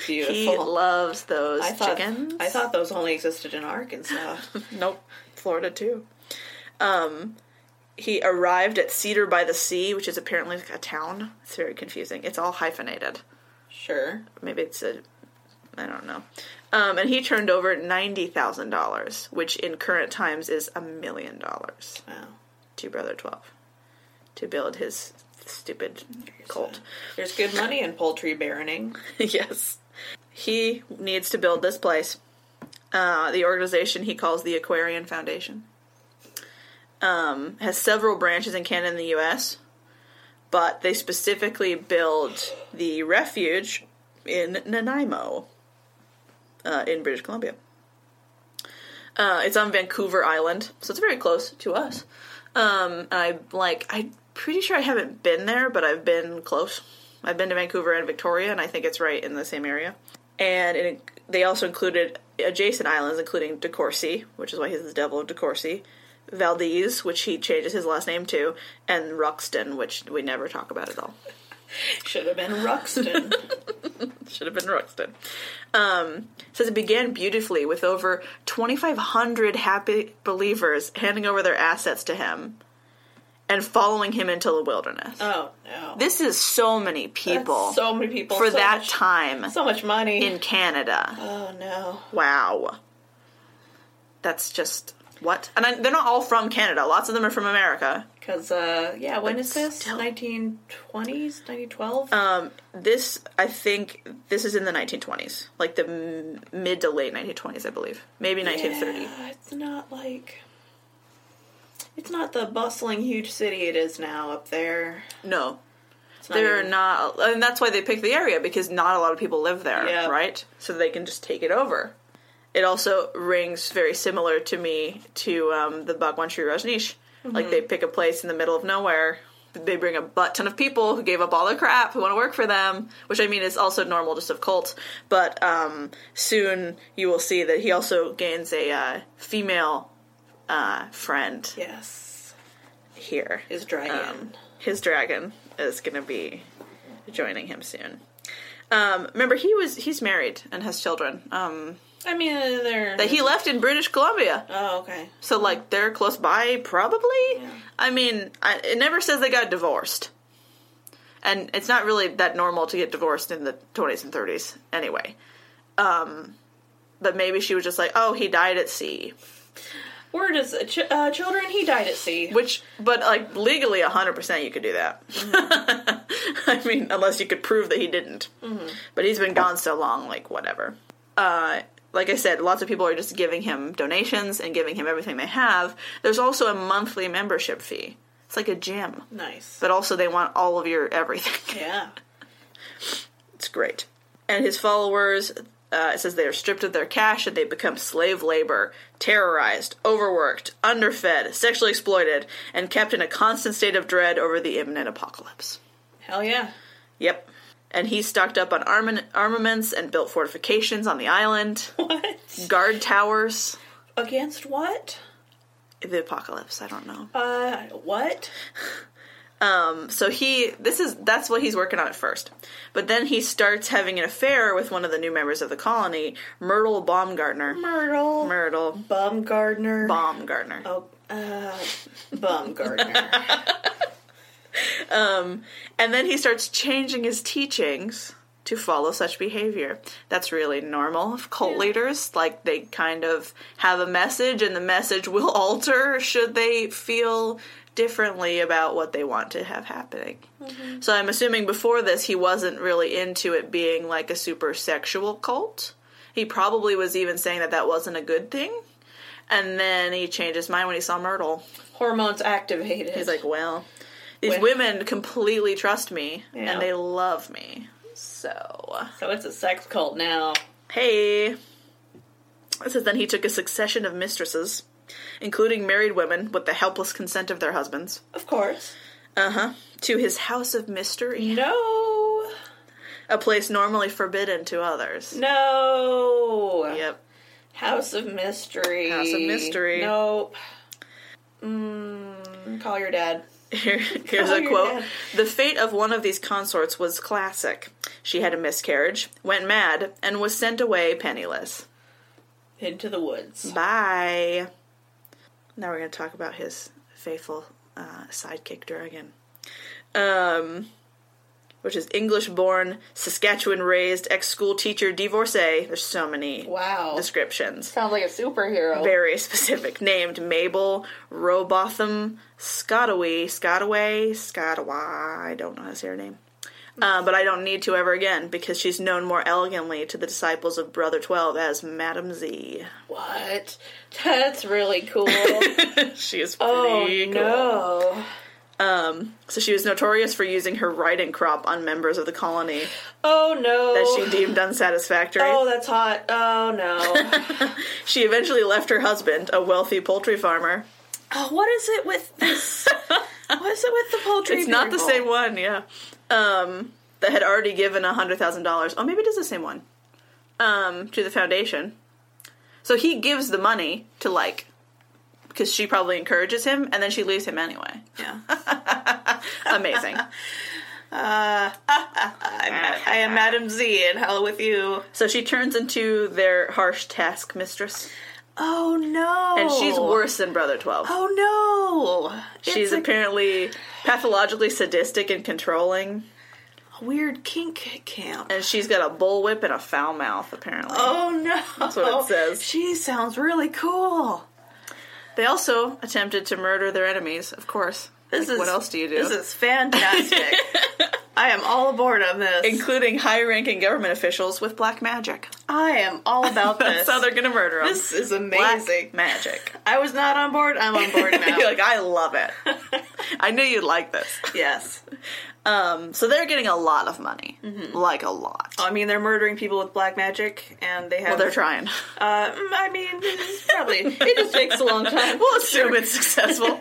Speaker 1: Beautiful.
Speaker 2: He loves those
Speaker 1: I thought
Speaker 2: chickens.
Speaker 1: I thought those only existed in Arkansas.
Speaker 2: Nope, Florida too. Um, he arrived at Cedar by the Sea, which is apparently like a town. It's very confusing. It's all hyphenated.
Speaker 1: sure.
Speaker 2: Maybe it's a, I don't know. Um, and he turned over ninety thousand dollars, which in current times is a million dollars
Speaker 1: Wow.
Speaker 2: to Brother Twelve to build his stupid cult.
Speaker 1: There's good money in poultry baroning.
Speaker 2: yes. He needs to build this place. Uh, the organization he calls the Aquarian Foundation um, has several branches in Canada and the U.S., but they specifically build the refuge in Nanaimo, uh, in British Columbia. Uh, it's on Vancouver Island, so it's very close to us. Um, and I like I'm pretty sure I haven't been there, but I've been close. I've been to Vancouver and Victoria, and I think it's right in the same area. And it, they also included adjacent islands, including DeCourcy, which is why he's the Devil of DeCourcy, Valdez, which he changes his last name to, and Ruxton, which we never talk about at all.
Speaker 1: Should have been Ruxton.
Speaker 2: Should have been Ruxton. Um, says it began beautifully with over 2,500 happy believers handing over their assets to him and following him into the wilderness.
Speaker 1: oh no.
Speaker 2: this is so many
Speaker 1: That's
Speaker 2: people
Speaker 1: So many people
Speaker 2: for
Speaker 1: so
Speaker 2: that
Speaker 1: much-
Speaker 2: time
Speaker 1: So much money.
Speaker 2: in Canada.
Speaker 1: oh no.
Speaker 2: Wow. That's just what? And I, they're not all from Canada. Lots of them are from America.
Speaker 1: Because uh, yeah, when is this?
Speaker 2: still-
Speaker 1: Nineteen twenties, nineteen twelve.
Speaker 2: Um, this, I think, this is in the 1920s, like the m- mid to late 1920s, I believe, maybe 1930.
Speaker 1: Yeah, it's not like it's not the bustling huge city it is now up there.
Speaker 2: No,
Speaker 1: It's
Speaker 2: they're
Speaker 1: even-
Speaker 2: not, and that's why they pick the area because not a lot of people live there,
Speaker 1: Yeah.
Speaker 2: right? So they can just take it over. It also rings very similar to me to um, the Bhagwan Sri Rajneesh.
Speaker 1: Mm-hmm.
Speaker 2: Like they pick a place in the middle of nowhere. They bring a butt ton of people who gave up all their crap who want to work for them, which I mean is also normal just of cults. But um, soon you will see that he also gains a uh, female uh, friend
Speaker 1: Yes,
Speaker 2: here
Speaker 1: is dragon.
Speaker 2: um, his dragon is going to be joining him soon. Um, remember, he was he's married and has children um,
Speaker 1: I mean, uh, they're
Speaker 2: that he left in British Columbia.
Speaker 1: Oh, okay.
Speaker 2: So like they're close by, probably.
Speaker 1: Yeah.
Speaker 2: I mean, I, it never says they got divorced, and it's not really that normal to get divorced in the twenties and thirties anyway. Um, but maybe she was just like, oh, he died at sea,
Speaker 1: Word is uh, ch- uh, children. He died at sea.
Speaker 2: Which, but like legally, hundred percent, you could do that. I mean, unless you could prove that he didn't. But he's been gone so long, like whatever. Uh, like I said, lots of people are just giving him donations and giving him everything they have. There's also a monthly membership fee. It's like a gym,
Speaker 1: Nice.
Speaker 2: but also they want all of your everything.
Speaker 1: yeah.
Speaker 2: it's great. And his followers. Uh, it says they are stripped of their cash and they become slave labor, terrorized, overworked, underfed, sexually exploited, and kept in a constant state of dread over the imminent apocalypse.
Speaker 1: Hell yeah.
Speaker 2: Yep. And he stocked up on arm- armaments and built fortifications on the island,
Speaker 1: What?
Speaker 2: guard towers.
Speaker 1: Against what?
Speaker 2: The apocalypse, I don't know.
Speaker 1: Uh, what?
Speaker 2: Um, so he this is that's what he's working on at first. But then he starts having an affair with one of the new members of the colony, Myrtle Baumgartner.
Speaker 1: Myrtle.
Speaker 2: Myrtle
Speaker 1: Bumgardner.
Speaker 2: Baumgartner.
Speaker 1: Oh, uh, Bumgardner.
Speaker 2: And then he starts changing his teachings to follow such behavior. That's really normal of cult leaders. Like they kind of have a message, and the message will alter should they feel differently about what they want to have happening. So I'm assuming before this, he wasn't really into it being like a super sexual cult. He probably was even saying that that wasn't a good thing. And then he changed his mind when he saw Myrtle.
Speaker 1: Hormones activated.
Speaker 2: He's like, well, these
Speaker 1: Well-
Speaker 2: women completely trust me
Speaker 1: Yeah.
Speaker 2: and they love me. So,
Speaker 1: so it's a sex cult now.
Speaker 2: hey. It says then he took a succession of mistresses, including married women, with the helpless consent of their husbands,
Speaker 1: Of course.
Speaker 2: uh
Speaker 1: Uh-huh.
Speaker 2: huh, to his house of mystery,
Speaker 1: No.
Speaker 2: a place normally forbidden to others.
Speaker 1: No.
Speaker 2: Yep.
Speaker 1: House of Mystery.
Speaker 2: House of Mystery.
Speaker 1: Nope. Mm, call your dad.
Speaker 2: Here, here's
Speaker 1: Oh,
Speaker 2: a
Speaker 1: you're
Speaker 2: quote.
Speaker 1: dead.
Speaker 2: The fate of one of these consorts was classic. She had a miscarriage, went mad, and was sent away penniless.
Speaker 1: Into the woods.
Speaker 2: Bye. Now we're going to talk about his faithful uh, sidekick, Durrigan. Um, which is English born, Saskatchewan raised, ex school teacher, divorcee. There's so many
Speaker 1: Wow.
Speaker 2: descriptions.
Speaker 1: Sounds like a superhero.
Speaker 2: Very specific. Named Mabel Robotham Scottaway. Scottaway? Scottawa. I don't know how to say her name. Uh, but I don't need to ever again because she's known more elegantly to the disciples of Brother 12 as Madam Z.
Speaker 1: what? That's really cool.
Speaker 2: she is
Speaker 1: oh
Speaker 2: pretty cool.
Speaker 1: no.
Speaker 2: Um, so she was notorious for using her riding crop on members of the colony
Speaker 1: Oh no.
Speaker 2: that she deemed unsatisfactory.
Speaker 1: Oh, that's hot. Oh no.
Speaker 2: She eventually left her husband, a wealthy poultry farmer.
Speaker 1: oh, what is it with this? What is it with the poultry?
Speaker 2: It's not the
Speaker 1: people?
Speaker 2: same one, yeah. Um, that had already given a hundred thousand dollars. Oh, maybe it is the same one. Um, to the foundation. So he gives the money to like, because she probably encourages him, and then she leaves him anyway.
Speaker 1: Yeah.
Speaker 2: Amazing.
Speaker 1: Uh, I'm, I am Madam Z, and hello with you.
Speaker 2: so she turns into their harsh task mistress.
Speaker 1: Oh no.
Speaker 2: And she's worse than Brother 12.
Speaker 1: Oh no.
Speaker 2: she's
Speaker 1: Oh. it's a
Speaker 2: apparently pathologically sadistic and controlling,
Speaker 1: weird kink camp.
Speaker 2: and she's got a bullwhip and a foul mouth, apparently.
Speaker 1: Oh no. That's
Speaker 2: what it says.
Speaker 1: She sounds really cool.
Speaker 2: They also attempted to murder their enemies, of course.
Speaker 1: This
Speaker 2: Like,
Speaker 1: is
Speaker 2: what else do you do?
Speaker 1: This is fantastic. I am all aboard on this.
Speaker 2: Including high ranking government officials with black magic.
Speaker 1: I am all about this.
Speaker 2: That's how they're gonna murder them.
Speaker 1: this is
Speaker 2: black
Speaker 1: amazing.
Speaker 2: magic.
Speaker 1: I was not on board. I'm on board now.
Speaker 2: You're like, I love it. I knew you'd like this.
Speaker 1: yes.
Speaker 2: Um, so they're getting a lot of money.
Speaker 1: Mm-hmm.
Speaker 2: Like, a lot.
Speaker 1: I mean, they're murdering people with black magic, and they have.
Speaker 2: Well, they're trying.
Speaker 1: Uh, mm, I mean, it's probably it just takes a long time.
Speaker 2: we'll assume it's successful.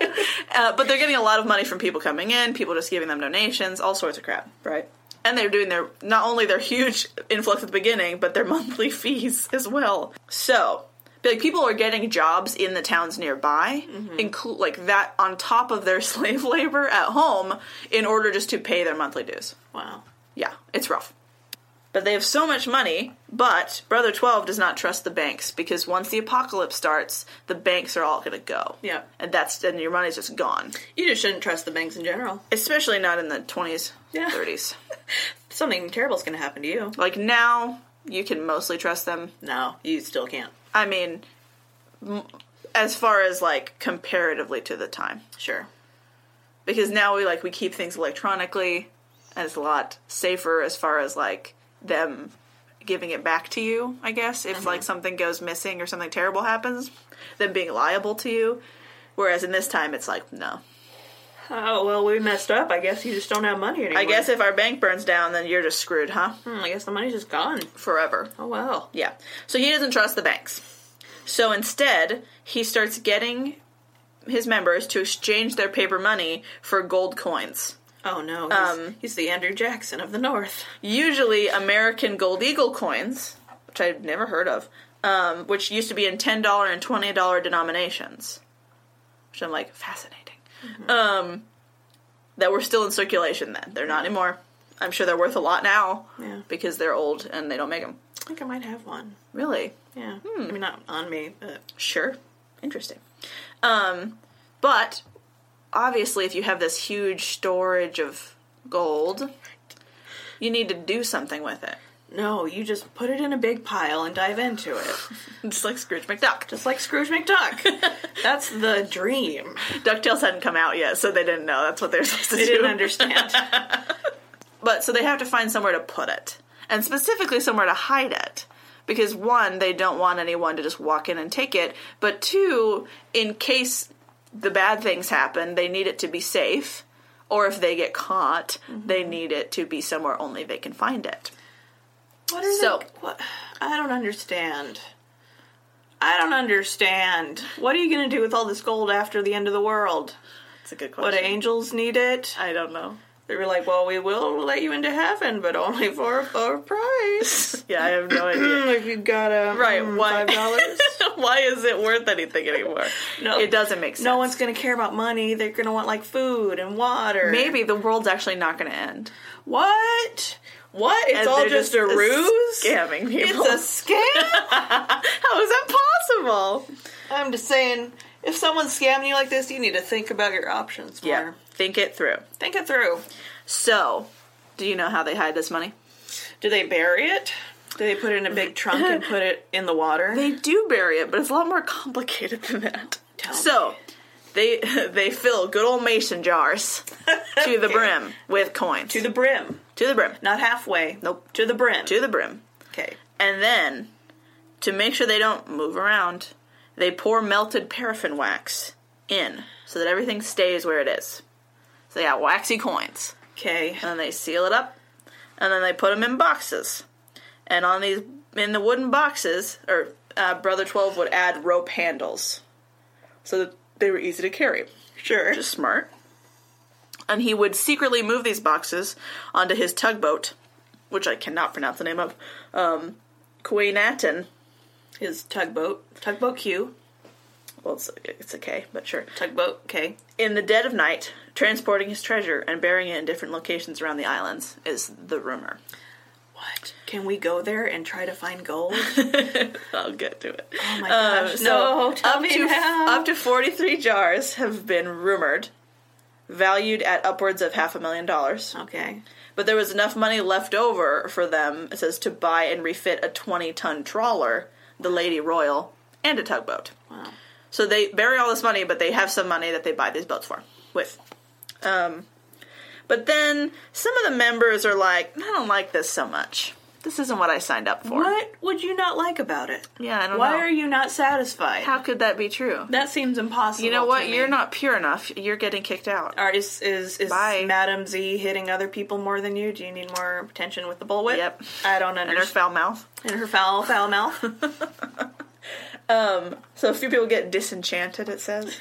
Speaker 2: uh, but they're getting a lot of money from people coming in, people just giving them donations, all sorts of crap.
Speaker 1: Right.
Speaker 2: And they're doing their not only their huge influx at the beginning, but their monthly fees as well. So like people are getting jobs in the towns nearby,
Speaker 1: Mm-hmm.
Speaker 2: include like that on top of their slave labor at home, in order just to pay their monthly dues.
Speaker 1: Wow.
Speaker 2: Yeah, it's rough. But they have so much money, but Brother 12 does not trust the banks because once the apocalypse starts, the banks are all going to go.
Speaker 1: Yeah.
Speaker 2: And that's and your money's just gone.
Speaker 1: You just shouldn't trust the banks in general.
Speaker 2: Especially not in the 20s,
Speaker 1: Yeah.
Speaker 2: 30s.
Speaker 1: Something terrible's going to happen to you.
Speaker 2: Like now, you can mostly trust them.
Speaker 1: No, you still can't.
Speaker 2: I mean, m- as far as like comparatively to the time.
Speaker 1: Sure.
Speaker 2: because now we like we keep things electronically and it's a lot safer as far as like them giving it back to you i guess if like something goes missing or something terrible happens them being liable to you whereas in this time it's like no
Speaker 1: Oh well, we messed up. I guess you just don't have money anymore.
Speaker 2: i guess if our bank burns down then you're just screwed huh
Speaker 1: Hmm, I guess the money's just gone.
Speaker 2: forever
Speaker 1: Oh well.
Speaker 2: yeah so he doesn't trust the banks so instead he starts getting his members to exchange their paper money for gold coins
Speaker 1: Oh no. He's,
Speaker 2: Um,
Speaker 1: he's the Andrew Jackson of the North.
Speaker 2: usually American gold eagle coins, which I've never heard of, um, which used to be in ten dollar and twenty dollar denominations, which I'm like fascinating. Um, that were still in circulation then. They're not anymore. I'm sure they're worth a lot now
Speaker 1: Yeah.
Speaker 2: because they're old and they don't make them.
Speaker 1: I think I might have one.
Speaker 2: Really?
Speaker 1: Yeah.
Speaker 2: Hmm.
Speaker 1: I mean, not on me, but
Speaker 2: Sure. Interesting. Um, but obviously, if you have this huge storage of gold, you need to do something with it.
Speaker 1: no, you just put it in a big pile and dive into it.
Speaker 2: Just like Scrooge McDuck.
Speaker 1: Just like Scrooge McDuck. That's the dream.
Speaker 2: DuckTales hadn't come out yet, so they didn't know that's what they're supposed to
Speaker 1: They
Speaker 2: do.
Speaker 1: didn't understand.
Speaker 2: But so they have to find somewhere to put it, and specifically somewhere to hide it. Because one, they don't want anyone to just walk in and take it, but two, in case the bad things happen, they need it to be safe, or if they get caught, they need it to be somewhere only they can find it.
Speaker 1: What is
Speaker 2: So-
Speaker 1: it? What? I don't understand. I don't understand. What are you going to do with all this gold after the end of the world?
Speaker 2: That's a good
Speaker 1: What, angels need it?
Speaker 2: I don't know.
Speaker 1: They were like, well, we will let you into heaven, but only for a for a price.
Speaker 2: Yeah, I have no idea. Mm,
Speaker 1: like you got a hmm,
Speaker 2: Right, why-
Speaker 1: five dollars.
Speaker 2: Why is it worth anything anymore?
Speaker 1: No.
Speaker 2: it doesn't make sense.
Speaker 1: no one's gonna care about money. They're gonna want like food and water.
Speaker 2: Maybe the world's actually not going to end.
Speaker 1: what? What? It's
Speaker 2: And
Speaker 1: all
Speaker 2: they're
Speaker 1: just, a ruse.
Speaker 2: Scamming people.
Speaker 1: It's a scam.
Speaker 2: How is that possible?
Speaker 1: I'm just saying, if someone's scamming you like this, you need to think about your options more.
Speaker 2: Yeah, think it through.
Speaker 1: Think it through.
Speaker 2: So, do you know how they hide this money?
Speaker 1: Do they bury it? Do they put it in a big trunk and put it in the water?
Speaker 2: They do bury it, but it's a lot more complicated than that.
Speaker 1: Tell
Speaker 2: so, they they fill good old mason jars to the brim with coins.
Speaker 1: to the brim,
Speaker 2: to the brim.
Speaker 1: not halfway.
Speaker 2: Nope.
Speaker 1: To the brim.
Speaker 2: To the brim.
Speaker 1: okay.
Speaker 2: And then, to make sure they don't move around, they pour melted paraffin wax in so that everything stays where it is. So they got waxy coins.
Speaker 1: Okay.
Speaker 2: and then they seal it up, and then they put them in boxes. And on these, in the wooden boxes, or uh, Brother Twelve would add rope handles, so that they were easy to carry.
Speaker 1: Sure.
Speaker 2: Just smart. And he would secretly move these boxes onto his tugboat, which I cannot pronounce the name of, um, Queenatin.
Speaker 1: His tugboat. Tugboat Q.
Speaker 2: Well, it's, it's a K, but sure.
Speaker 1: Tugboat. Okay.
Speaker 2: In the dead of night, transporting his treasure and burying it in different locations around the islands is the rumor.
Speaker 1: What? Can we go there and try to find gold?
Speaker 2: I'll get to it.
Speaker 1: Oh my gosh.
Speaker 2: So
Speaker 1: no. Tell
Speaker 2: up
Speaker 1: me
Speaker 2: to
Speaker 1: now.
Speaker 2: up to 43 jars have been rumored, valued at upwards of half a million dollars.
Speaker 1: okay.
Speaker 2: But there was enough money left over for them, it says, to buy and refit a 20-ton trawler, the Lady Royal, and a tugboat.
Speaker 1: Wow.
Speaker 2: So they bury all this money, but they have some money that they buy these boats for with. Um, but then some of the members are like, I don't like this so much. This isn't what I signed up for.
Speaker 1: What would you not like about it?
Speaker 2: Yeah, I don't
Speaker 1: Why
Speaker 2: know.
Speaker 1: are you not satisfied?
Speaker 2: How could that be true?
Speaker 1: that seems impossible.
Speaker 2: You know
Speaker 1: to
Speaker 2: what?
Speaker 1: me.
Speaker 2: You're not pure enough. You're getting kicked out.
Speaker 1: Or is is is
Speaker 2: Bye.
Speaker 1: Madam Z hitting other people more than you? Do you need more attention with the bullwhip?
Speaker 2: Yep.
Speaker 1: I don't
Speaker 2: And her
Speaker 1: understand.
Speaker 2: foul mouth.
Speaker 1: And her, foul foul mouth.
Speaker 2: So a few people get disenchanted, it says.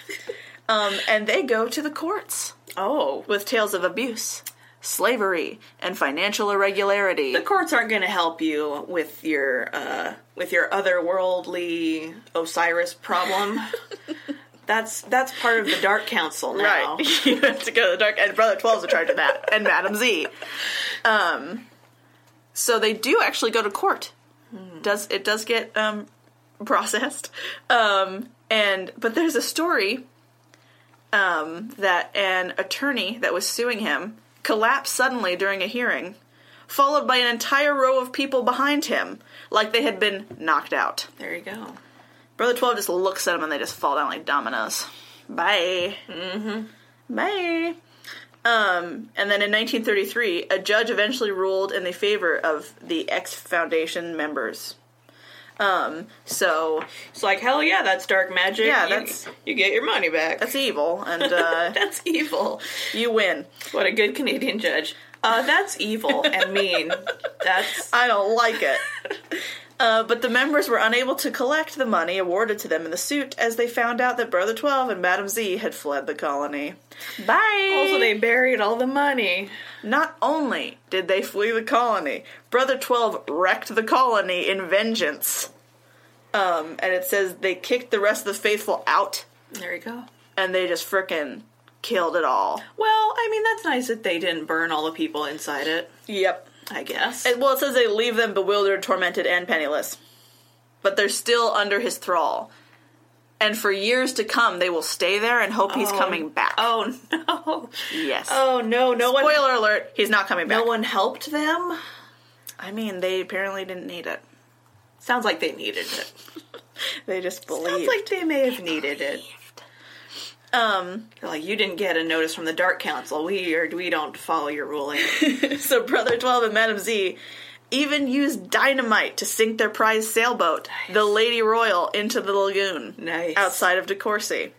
Speaker 2: um, and they go to the courts
Speaker 1: oh,
Speaker 2: with tales of abuse, slavery, and financial irregularity.
Speaker 1: the courts aren't going to help you with your uh, with your otherworldly Osiris problem. that's that's part of the Dark Council now.
Speaker 2: Right. you have to go to the dark. And Brother 12 is in charge of that. And Madam Z. Um, so they do actually go to court. Does It does get um, processed. Um, and But there's a story um, that an attorney that was suing him collapsed suddenly during a hearing, followed by an entire row of people behind him, like they had been knocked out.
Speaker 1: There you go.
Speaker 2: Brother 12 just looks at him and they just fall down like dominoes. Bye. Mm-hmm. Bye. Um, and then in 1933, a judge eventually ruled in the favor of the ex Foundation members. Um, so
Speaker 1: It's like hell yeah, that's dark magic.
Speaker 2: Yeah,
Speaker 1: You-
Speaker 2: that's-
Speaker 1: you get your money back.
Speaker 2: that's evil, and uh,
Speaker 1: that's evil.
Speaker 2: you win.
Speaker 1: What a good Canadian judge. Uh, that's evil and mean. That's
Speaker 2: I don't like it. Uh, but the members were unable to collect the money awarded to them in the suit as they found out that Brother 12 and Madam Z had fled the colony. Bye!
Speaker 1: also they buried all the money.
Speaker 2: Not only did they flee the colony, Brother 12 wrecked the colony in vengeance. Um, and it says they kicked the rest of the faithful out
Speaker 1: There you go.
Speaker 2: and they just frickin' killed at all.
Speaker 1: Well, I mean, that's nice that they didn't burn all the people inside it,
Speaker 2: Yep.
Speaker 1: I guess.
Speaker 2: It, well, it says they leave them bewildered, tormented, and penniless. But they're still under his thrall. And for years to come, they will stay there and hope he's
Speaker 1: Oh.
Speaker 2: coming back.
Speaker 1: oh, no.
Speaker 2: yes.
Speaker 1: Oh, no. No one,
Speaker 2: Spoiler alert, he's not coming back.
Speaker 1: no one helped them?
Speaker 2: I mean, they apparently didn't need it.
Speaker 1: Sounds like they needed it.
Speaker 2: They just
Speaker 1: Sounds
Speaker 2: believed.
Speaker 1: like they may have needed it.
Speaker 2: um,
Speaker 1: They're like, you didn't get a notice from the Dark Council. We or we don't follow your ruling.
Speaker 2: so Brother 12 and Madam Z even used dynamite to sink their prize sailboat, the Lady Royal, into the lagoon
Speaker 1: Nice.
Speaker 2: outside of De Courcy.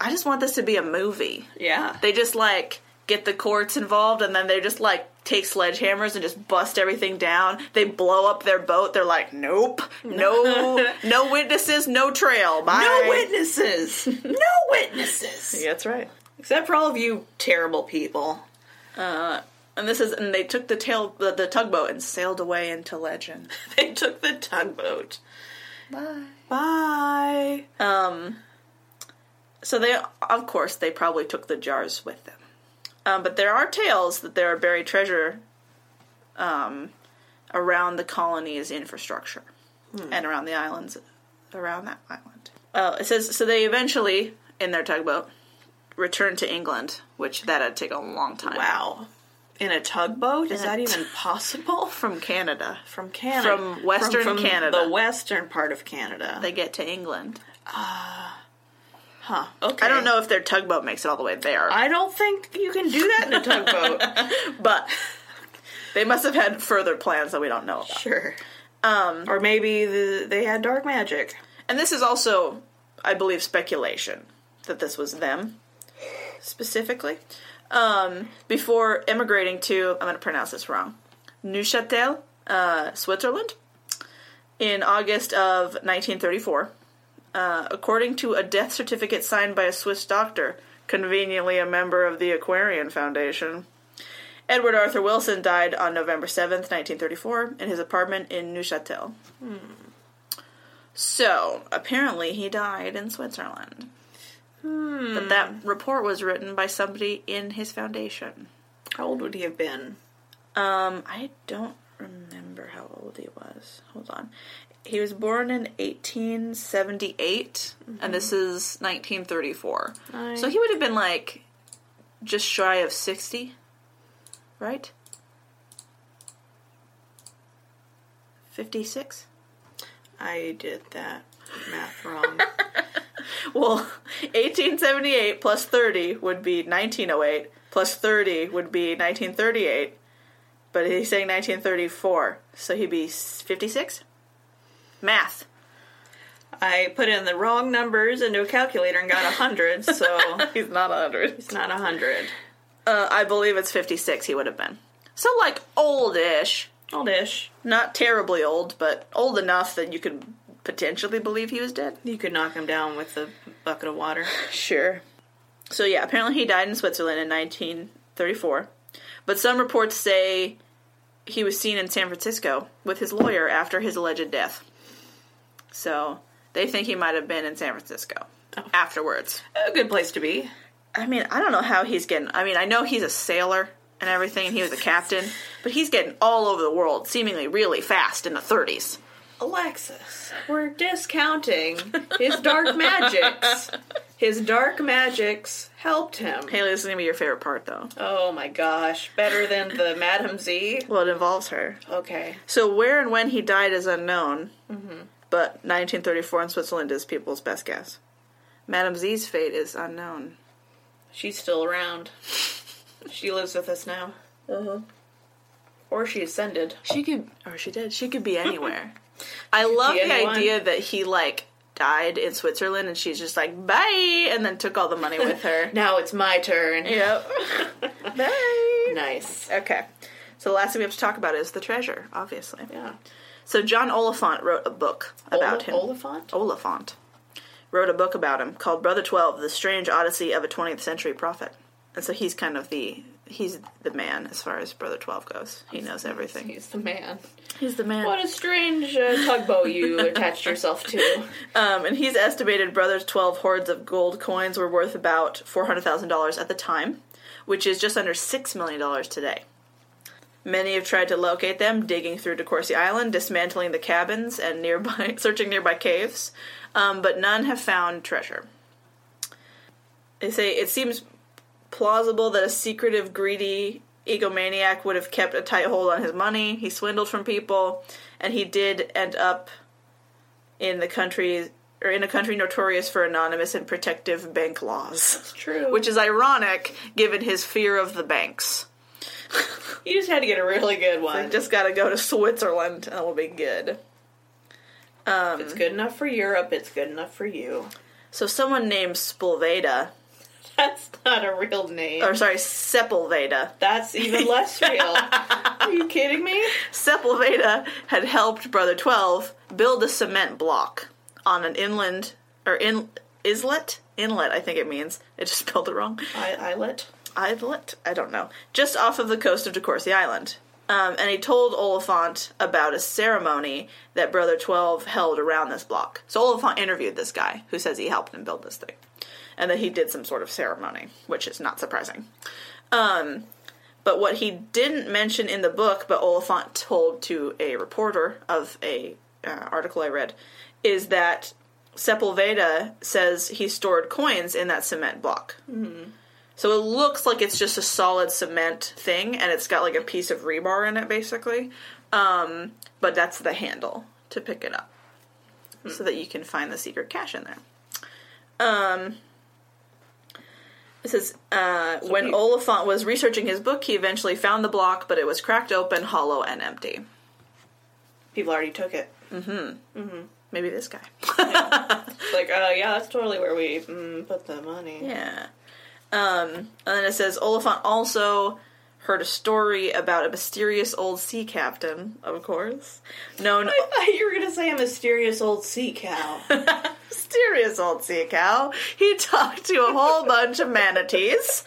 Speaker 2: I just want this to be a movie.
Speaker 1: Yeah.
Speaker 2: They just like get the courts involved and then they just like take sledgehammers and just bust everything down. They blow up their boat. They're like, nope, no, no witnesses, no trail. Bye.
Speaker 1: No witnesses. no witnesses.
Speaker 2: Yeah, that's right.
Speaker 1: Except for all of you terrible people.
Speaker 2: Uh, And this is, and they took the tail, the, the tugboat and sailed away into legend.
Speaker 1: They took the tugboat.
Speaker 2: Bye.
Speaker 1: Bye.
Speaker 2: Um, so they, of course, they probably took the jars with them. Um, but there are tales that there are buried treasure um, around the colony's infrastructure
Speaker 1: Hmm.
Speaker 2: and around the islands, around that island. Uh, it says so they eventually, in their tugboat, returned to England, which that'd take a long time.
Speaker 1: Wow. In a tugboat? Is
Speaker 2: In a
Speaker 1: that even possible?
Speaker 2: From Canada,
Speaker 1: From Canada.
Speaker 2: From Western
Speaker 1: from, from
Speaker 2: Canada.
Speaker 1: The western part of Canada.
Speaker 2: they get to England.
Speaker 1: huh. Okay.
Speaker 2: I don't know if their tugboat makes it all the way there,
Speaker 1: I don't think you can do that in a tugboat.
Speaker 2: but they must have had further plans that we don't know about.
Speaker 1: sure. Um, or maybe the, they had dark magic.
Speaker 2: And this is also, I believe, speculation that this was them specifically. Um, before emigrating to, I'm going to pronounce this wrong, Neuchâtel, uh, Switzerland, in August of 1934, uh, according to a death certificate signed by a Swiss doctor, conveniently a member of the Aquarian Foundation. Edward Arthur Wilson died on November 7th, 1934, in his apartment in Neuchâtel. So apparently, he died in Switzerland. But that report was written by somebody in his foundation.
Speaker 1: How old would he have been?
Speaker 2: Um, I don't remember how old he was. Hold on. He was born in 1878, and this is 1934. So he would have been like just shy of 60, right? 56?
Speaker 1: I did that math wrong.
Speaker 2: Well, 1878 plus 30 would be 1908, plus 30 would be 1938, but he's saying 1934, so he'd be 56? Math.
Speaker 1: I put in the wrong numbers into a calculator and got a hundred, so
Speaker 2: He's not 100.
Speaker 1: it's not a hundred.
Speaker 2: Uh, I believe it's 56 he would have been. So, like, oldish.
Speaker 1: Oldish.
Speaker 2: Not terribly old, but old enough that you could potentially believe he was dead.
Speaker 1: You could knock him down with a bucket of water.
Speaker 2: Sure. So yeah, apparently he died in Switzerland in 1934, but some reports say he was seen in San Francisco with his lawyer after his alleged death. So they think he might have been in San Francisco afterwards.
Speaker 1: A good place to be.
Speaker 2: I mean, I don't know how he's getting. I mean, I know he's a sailor and everything, and he was a captain, but he's getting all over the world, seemingly really fast in the 30s.
Speaker 1: Alexis, we're discounting his dark magics. His dark magics helped him.
Speaker 2: Haley, this is gonna be your favorite part, though.
Speaker 1: Oh my gosh, better than the Madam Z.
Speaker 2: Well, it involves her.
Speaker 1: Okay.
Speaker 2: So where and when he died is unknown, but 1934 in Switzerland is people's best guess. Madame Z's fate is unknown.
Speaker 1: She's still around. She lives with us now. Uh-huh. Or she ascended.
Speaker 2: She could, or she did. She could be anywhere. I love
Speaker 1: be
Speaker 2: the
Speaker 1: anyone.
Speaker 2: idea that he like died in Switzerland, and she's just like bye, and then took all the money with her.
Speaker 1: Now it's my turn.
Speaker 2: yep. bye.
Speaker 1: Nice.
Speaker 2: Okay. So the last thing we have to talk about is the treasure, obviously.
Speaker 1: Yeah.
Speaker 2: So John Oliphant wrote a book
Speaker 1: Ola-
Speaker 2: about him.
Speaker 1: Oliphant?
Speaker 2: Oliphant wrote a book about him called Brother Twelve: The Strange Odyssey of a Twentieth Century Prophet, and so he's kind of the he's the man as far as Brother Twelve goes. He knows everything.
Speaker 1: He's the man.
Speaker 2: He's the man.
Speaker 1: What a strange uh, tugboat you attached yourself to.
Speaker 2: Um, and he's estimated Brother's 12 hoards of gold coins were worth about $400,000 at the time, which is just under $6 million today. Many have tried to locate them, digging through DeCourcy Island, dismantling the cabins, and nearby searching nearby caves, um, but none have found treasure. They say it seems plausible that a secretive, greedy egomaniac would have kept a tight hold on his money. He swindled from people, and he did end up in the country or in a country notorious for anonymous and protective bank laws,
Speaker 1: It's true.
Speaker 2: which is ironic given his fear of the banks.
Speaker 1: you just had to get a really good
Speaker 2: I
Speaker 1: one.
Speaker 2: just gotta go to Switzerland and it'll be good.
Speaker 1: if it's good enough for Europe, it's good enough for you.
Speaker 2: So someone named Spulveda,
Speaker 1: That's not a real name.
Speaker 2: or sorry, Sepulveda.
Speaker 1: That's even less real. Are you kidding me?
Speaker 2: Sepulveda had helped Brother Twelve build a cement block on an inland or in islet inlet. I think it means. I just spelled it wrong.
Speaker 1: I, islet.
Speaker 2: Islet. I don't know. Just off of the coast of DeCourcy Island. Um, and he told Oliphant about a ceremony that Brother Twelve held around this block. So Oliphant interviewed this guy who says he helped him build this thing, and that he did some sort of ceremony, which is not surprising. Um, but what he didn't mention in the book, but Oliphant told to a reporter of a uh, article I read, is that Sepulveda says he stored coins in that cement block. So it looks like it's just a solid cement thing, and it's got like a piece of rebar in it, basically. Um, but that's the handle to pick it up, so that you can find the secret cache in there. Um, it says uh, when
Speaker 1: he-
Speaker 2: Oliphant was researching his book, he eventually found the block, but it was cracked open, hollow, and empty.
Speaker 1: People already took it.
Speaker 2: Maybe this guy.
Speaker 1: It's like, oh yeah, that's totally where we mm, put the money.
Speaker 2: Yeah. Um, and then it says Oliphant also heard a story about a mysterious old sea captain, of course, known
Speaker 1: I thought you were gonna say a mysterious old sea cow.
Speaker 2: mysterious old sea cow. He talked to a whole bunch of manatees,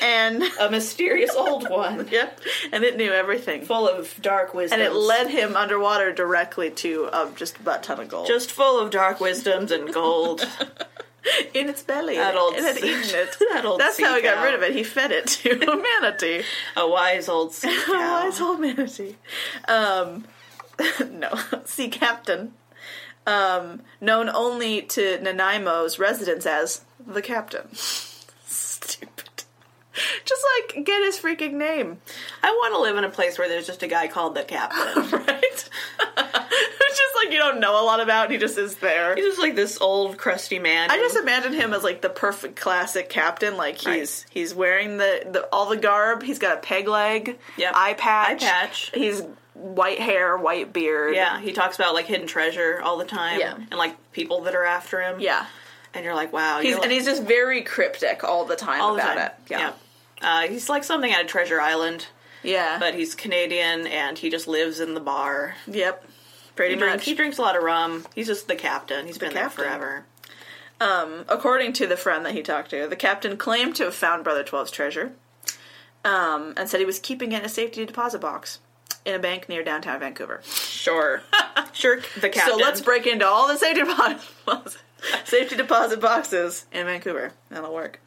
Speaker 2: and
Speaker 1: a mysterious old one.
Speaker 2: yep, and it knew everything.
Speaker 1: Full of dark wisdom.
Speaker 2: And it led him underwater directly to um, just a butt ton of gold
Speaker 1: just full of dark wisdoms and gold.
Speaker 2: in its belly.
Speaker 1: That old
Speaker 2: it had
Speaker 1: sea-
Speaker 2: eaten it.
Speaker 1: that old
Speaker 2: That's
Speaker 1: sea
Speaker 2: how he got
Speaker 1: cow.
Speaker 2: rid of it. He fed it to a manatee.
Speaker 1: a wise old sea cow.
Speaker 2: Wise old manatee. Um, no, sea captain. Um, known only to Nanaimo's residents as the captain. Stupid. Just like get his freaking name,
Speaker 1: I want to live in a place where there's just a guy called the captain.
Speaker 2: right? It's just like you don't know a lot about. He just is there.
Speaker 1: He's just like this old crusty man.
Speaker 2: I just imagine him as like the perfect classic captain. Like he's he's wearing the, the all the garb. He's got a peg leg,
Speaker 1: Yep.
Speaker 2: eye patch,
Speaker 1: Eye patch.
Speaker 2: He's white hair, white beard.
Speaker 1: yeah, he talks about like hidden treasure all the time.
Speaker 2: Yeah.
Speaker 1: and like people that are after him.
Speaker 2: yeah.
Speaker 1: and you're like, wow.
Speaker 2: He's,
Speaker 1: you're like-
Speaker 2: and he's just very cryptic all the time
Speaker 1: all the
Speaker 2: about
Speaker 1: time.
Speaker 2: it. Yeah.
Speaker 1: Uh, he's like something out of Treasure Island,
Speaker 2: Yeah.
Speaker 1: but he's Canadian and he just lives in the bar.
Speaker 2: yep. Pretty
Speaker 1: He drinks,
Speaker 2: much.
Speaker 1: he drinks a lot of rum. He's just the captain. He's been
Speaker 2: captain.
Speaker 1: there forever.
Speaker 2: Um, according to the friend that he talked to, the captain claimed to have found Brother 12's treasure um, and said he was keeping it in a safety deposit box in a bank near downtown Vancouver.
Speaker 1: Sure, sure. The captain.
Speaker 2: So let's break into all the safety deposit safety deposit boxes in Vancouver. That'll work.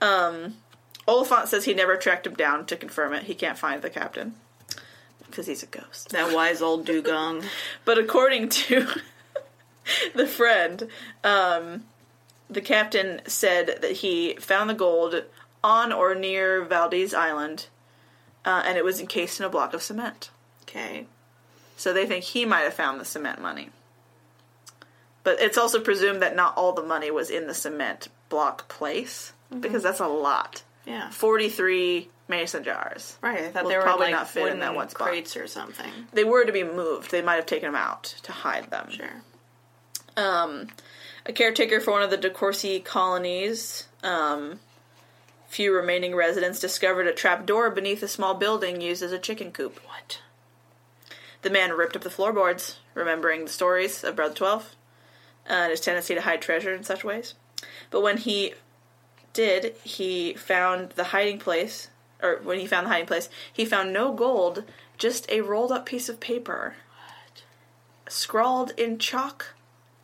Speaker 2: Um, Oliphant says he never tracked him down to confirm it. He can't find the captain because he's a ghost.
Speaker 1: that wise old dugong.
Speaker 2: But according to the friend, um, the captain said that he found the gold on or near Valdez Island, uh, and it was encased in a block of cement.
Speaker 1: Okay.
Speaker 2: So they think he might have found the cement money. But it's also presumed that not all the money was in the cement block place, because that's a lot.
Speaker 1: Yeah.
Speaker 2: 43 mason jars.
Speaker 1: Right. I thought
Speaker 2: Will
Speaker 1: they were
Speaker 2: probably
Speaker 1: like
Speaker 2: not fit in that
Speaker 1: wooden
Speaker 2: one spot.
Speaker 1: crates or something.
Speaker 2: They were to be moved. They might have taken them out to hide them.
Speaker 1: Sure.
Speaker 2: um, a caretaker for one of the De Courcy colonies. Um, few remaining residents discovered a trapdoor beneath a small building used as a chicken coop.
Speaker 1: What?
Speaker 2: The man ripped up the floorboards, remembering the stories of Brother Twelve uh, and his tendency to hide treasure in such ways. But when he did, he found the hiding place or when he found the hiding place, he found no gold, just a rolled up piece of paper
Speaker 1: What?
Speaker 2: scrawled in chalk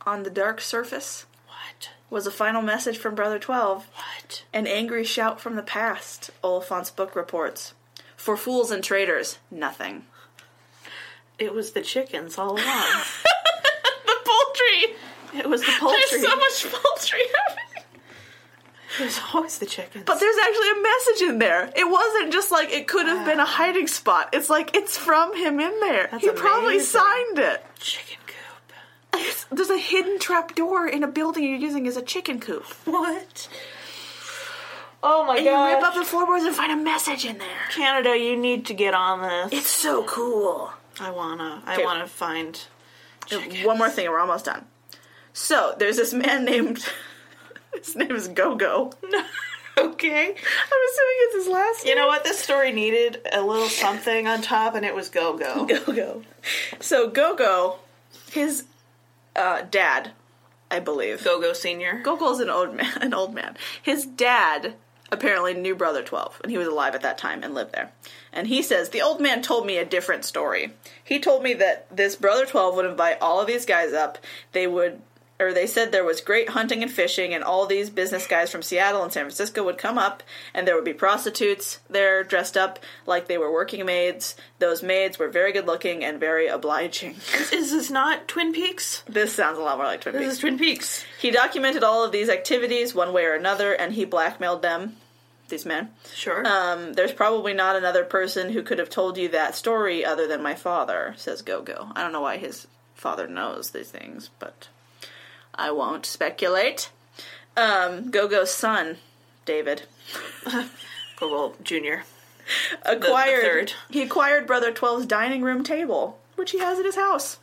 Speaker 2: on the dark surface
Speaker 1: What?
Speaker 2: was a final message from Brother 12
Speaker 1: What?
Speaker 2: An angry shout from the past, Oliphant's book reports. For fools and traitors, nothing.
Speaker 1: It was the chickens all along.
Speaker 2: The poultry!
Speaker 1: it was the poultry.
Speaker 2: much poultry happening.
Speaker 1: it was always the chickens.
Speaker 2: But there's actually a message in there. It wasn't just like it could have been a hiding spot. It's like it's from him in there.
Speaker 1: That's
Speaker 2: he probably
Speaker 1: amazing.
Speaker 2: signed it.
Speaker 1: chicken coop.
Speaker 2: It's- there's a hidden trap door in a building you're using as a chicken coop.
Speaker 1: What? Oh my
Speaker 2: And you rip up
Speaker 1: god.
Speaker 2: the floorboards and find a message in there.
Speaker 1: Canada, you need to get on this.
Speaker 2: It's so cool.
Speaker 1: I wanna. I
Speaker 2: Okay.
Speaker 1: wanna find. Chicken.
Speaker 2: Oh, One more thing, and we're almost done. So there's this man named his name is Gogo.
Speaker 1: okay.
Speaker 2: I'm assuming it's his last
Speaker 1: You know what? This story needed a little something on top, and it was go go.
Speaker 2: name. Gogo. So Gogo, his uh, dad, I believe.
Speaker 1: Go go senior.
Speaker 2: Gogo's an old man. An old man. His dad apparently knew Brother Twelve, and he was alive at that time and lived there. And he says the old man told me a different story. He told me that this Brother Twelve would invite all of these guys up. They would. Or they said there was great hunting and fishing, and all these business guys from Seattle and San Francisco would come up, and there would be prostitutes there dressed up like they were working maids. Those maids were very good looking and very obliging.
Speaker 1: Is this not Twin Peaks?
Speaker 2: this sounds a lot more like Twin Peaks.
Speaker 1: This is Twin Peaks.
Speaker 2: He documented all of these activities one way or another, and he blackmailed them, these men.
Speaker 1: Sure.
Speaker 2: Um, there's probably not another person who could have told you that story other than my father, says Gogo. I don't know why his father knows these things, but I won't speculate. Um, Gogo's son, David,
Speaker 1: go go junior.
Speaker 2: acquired
Speaker 1: third.
Speaker 2: he acquired Brother 12's dining room table, which he has at his house.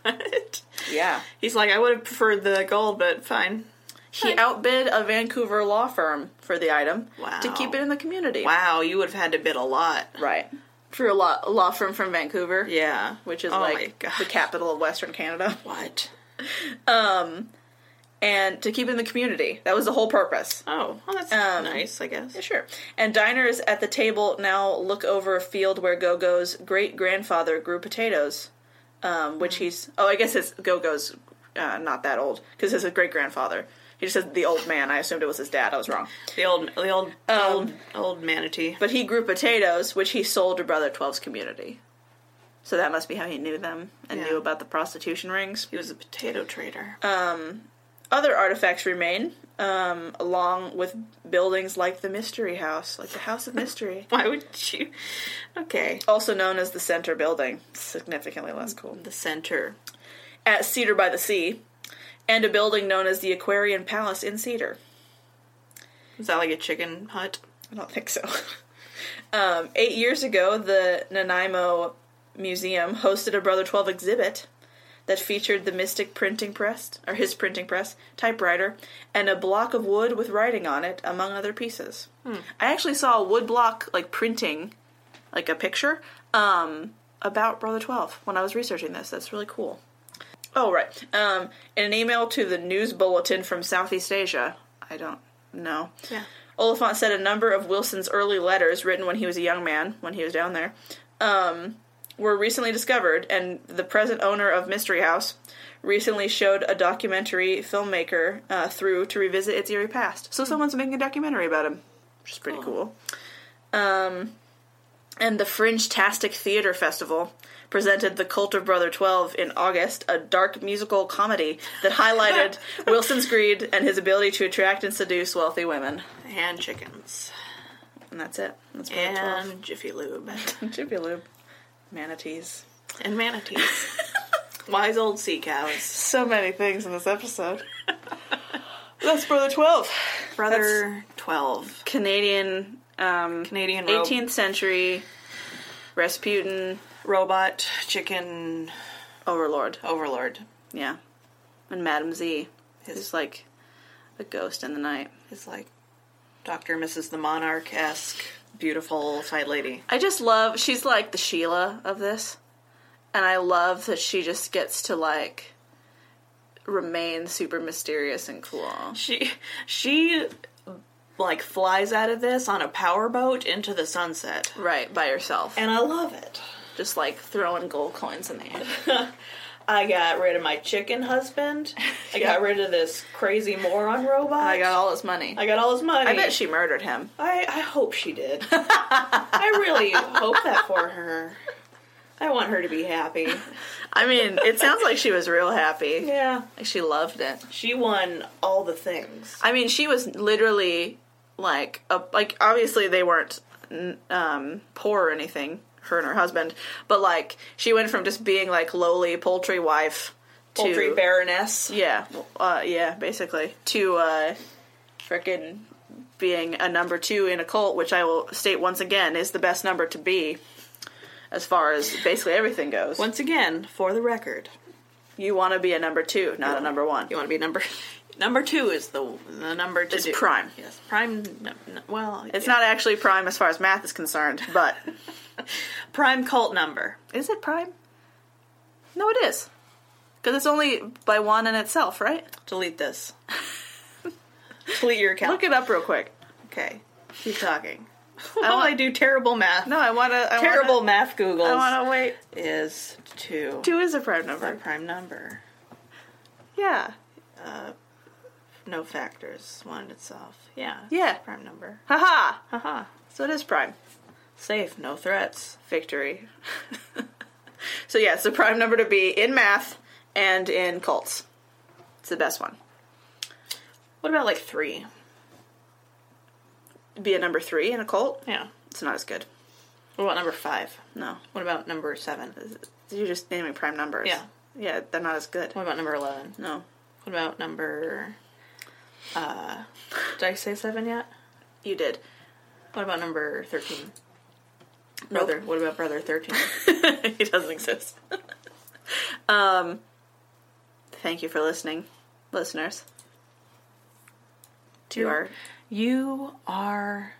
Speaker 2: Yeah.
Speaker 1: He's like, I would have preferred the gold, but fine.
Speaker 2: He outbid a Vancouver law firm for the item to
Speaker 1: Wow.
Speaker 2: keep it in the community.
Speaker 1: Wow, you would have had to bid a lot.
Speaker 2: Right. For a law, a law firm from Vancouver.
Speaker 1: Yeah.
Speaker 2: Which is
Speaker 1: Oh my
Speaker 2: like
Speaker 1: God.
Speaker 2: the capital of Western Canada.
Speaker 1: What?
Speaker 2: And to keep it in the community. That was the whole purpose.
Speaker 1: Oh, well, that's
Speaker 2: Um,
Speaker 1: nice, I guess.
Speaker 2: Yeah, Sure. And diners at the table now look over a field where Gogo's great grandfather grew potatoes, um,
Speaker 1: Mm.
Speaker 2: which he's. Oh, I guess his Gogo's uh, not that old because his great grandfather. He just said the old man. I assumed it was his dad. I was wrong.
Speaker 1: The old, the old, old, old manatee.
Speaker 2: But he grew potatoes, which he sold to Brother 12's community. So that must be how he knew them and
Speaker 1: Yeah.
Speaker 2: knew about the prostitution rings.
Speaker 1: He was a potato trader.
Speaker 2: other artifacts remain, um, along with buildings like the Mystery House, like the House of Mystery,
Speaker 1: Why would you? Okay.
Speaker 2: also known as the Center Building, significantly less cool,
Speaker 1: The center.
Speaker 2: at Cedar by the Sea, and a building known as the Aquarian Palace in Cedar.
Speaker 1: Is that like a chicken hut?
Speaker 2: I don't think so. um, eight years ago, the Nanaimo Museum hosted a Brother 12 exhibit that featured the Mystic printing press, or his printing press, typewriter, and a block of wood with writing on it, among other pieces. I actually saw a wood block, like printing, like a picture, um, about Brother 12 when I was researching this. That's really cool. Oh, right. Um, in an email to the news bulletin from Southeast Asia, I don't know.
Speaker 1: Yeah.
Speaker 2: Oliphant said a number of Wilson's early letters, written when he was a young man, when he was down there, um, were recently discovered, and the present owner of Mystery House recently showed a documentary filmmaker uh, through to revisit its eerie past. So someone's making a documentary about him, which is pretty cool. Um, and the Fringe Tastic Theater Festival presented The Cult of Brother 12 in August, a dark musical comedy that highlighted Wilson's greed and his ability to attract and seduce wealthy women.
Speaker 1: And chickens.
Speaker 2: And that's it. That's Brother
Speaker 1: And Jiffy Lube.
Speaker 2: 12. Jiffy Lube. Manatees.
Speaker 1: and manatees. Wise old sea cows.
Speaker 2: So many things in this episode. that's Brother 12.
Speaker 1: Brother 12.
Speaker 2: Canadian, um,
Speaker 1: Canadian ro-
Speaker 2: 18th century Rasputin
Speaker 1: robot chicken
Speaker 2: overlord.
Speaker 1: overlord.
Speaker 2: Yeah. And Madam Z.
Speaker 1: His-
Speaker 2: Who's like a ghost in the night.
Speaker 1: It's like Dr. and Mrs. the Monarch esque, beautiful side lady.
Speaker 2: I just love she's like the Sheila of this. And I love that she just gets to like remain super mysterious and cool.
Speaker 1: She she like flies out of this on a powerboat into the sunset.
Speaker 2: Right, by yourself.
Speaker 1: And I love it.
Speaker 2: Just like throwing gold coins in the air.
Speaker 1: I got rid of my chicken husband. I got rid of this crazy moron robot.
Speaker 2: I got all his money.
Speaker 1: I got all his money.
Speaker 2: I bet she murdered him.
Speaker 1: I, I hope she did. I really hope that for her. I want her to be happy.
Speaker 2: I mean, it sounds like she was real happy.
Speaker 1: Yeah.
Speaker 2: Like she loved it.
Speaker 1: She won all the things.
Speaker 2: I mean, she was literally like a, like obviously they weren't n- um, poor or anything, her and her husband, but like she went from just being like lowly poultry wife to
Speaker 1: Poultry baroness.
Speaker 2: yeah, uh, yeah, basically to uh, frickin' being a number two in a cult, which I will state once again is the best number to be. As far as basically everything goes,
Speaker 1: Once again, for the record,
Speaker 2: you want to be a number two, not a number one.
Speaker 1: you want to be number number two is the the number to
Speaker 2: It's
Speaker 1: do.
Speaker 2: prime.
Speaker 1: Yes, prime. n- n- Well,
Speaker 2: It's not actually prime as far as math is concerned, but
Speaker 1: prime cult number.
Speaker 2: Is it prime? No, it is. Because it's only by one in itself, right?
Speaker 1: Delete this. Delete your account.
Speaker 2: Look it up real quick.
Speaker 1: okay, keep talking. While I do terrible math.
Speaker 2: No, I want to.
Speaker 1: terrible
Speaker 2: Wanna,
Speaker 1: math Googles
Speaker 2: I want to wait.
Speaker 1: is two.
Speaker 2: Two is a prime
Speaker 1: for a
Speaker 2: number.
Speaker 1: prime number.
Speaker 2: Yeah.
Speaker 1: No factors. One itself. Yeah.
Speaker 2: Yeah.
Speaker 1: Prime number.
Speaker 2: Haha.
Speaker 1: Haha.
Speaker 2: So it is prime.
Speaker 1: Safe. No threats.
Speaker 2: Victory. so yeah, it's the prime number to be in math and in cults. It's the best one.
Speaker 1: What about like three?
Speaker 2: Be a number three in a cult.
Speaker 1: Yeah.
Speaker 2: It's not as good.
Speaker 1: What about number five?
Speaker 2: No.
Speaker 1: What about number seven?
Speaker 2: You're just naming prime numbers.
Speaker 1: Yeah.
Speaker 2: Yeah, they're not as good.
Speaker 1: What about number eleven?
Speaker 2: No.
Speaker 1: What about number? Uh, did I say seven yet?
Speaker 2: You did.
Speaker 1: What about number thirteen?
Speaker 2: Nope.
Speaker 1: Brother. What about brother thirteen?
Speaker 2: he doesn't exist. um, thank you for listening, listeners. You are
Speaker 1: You are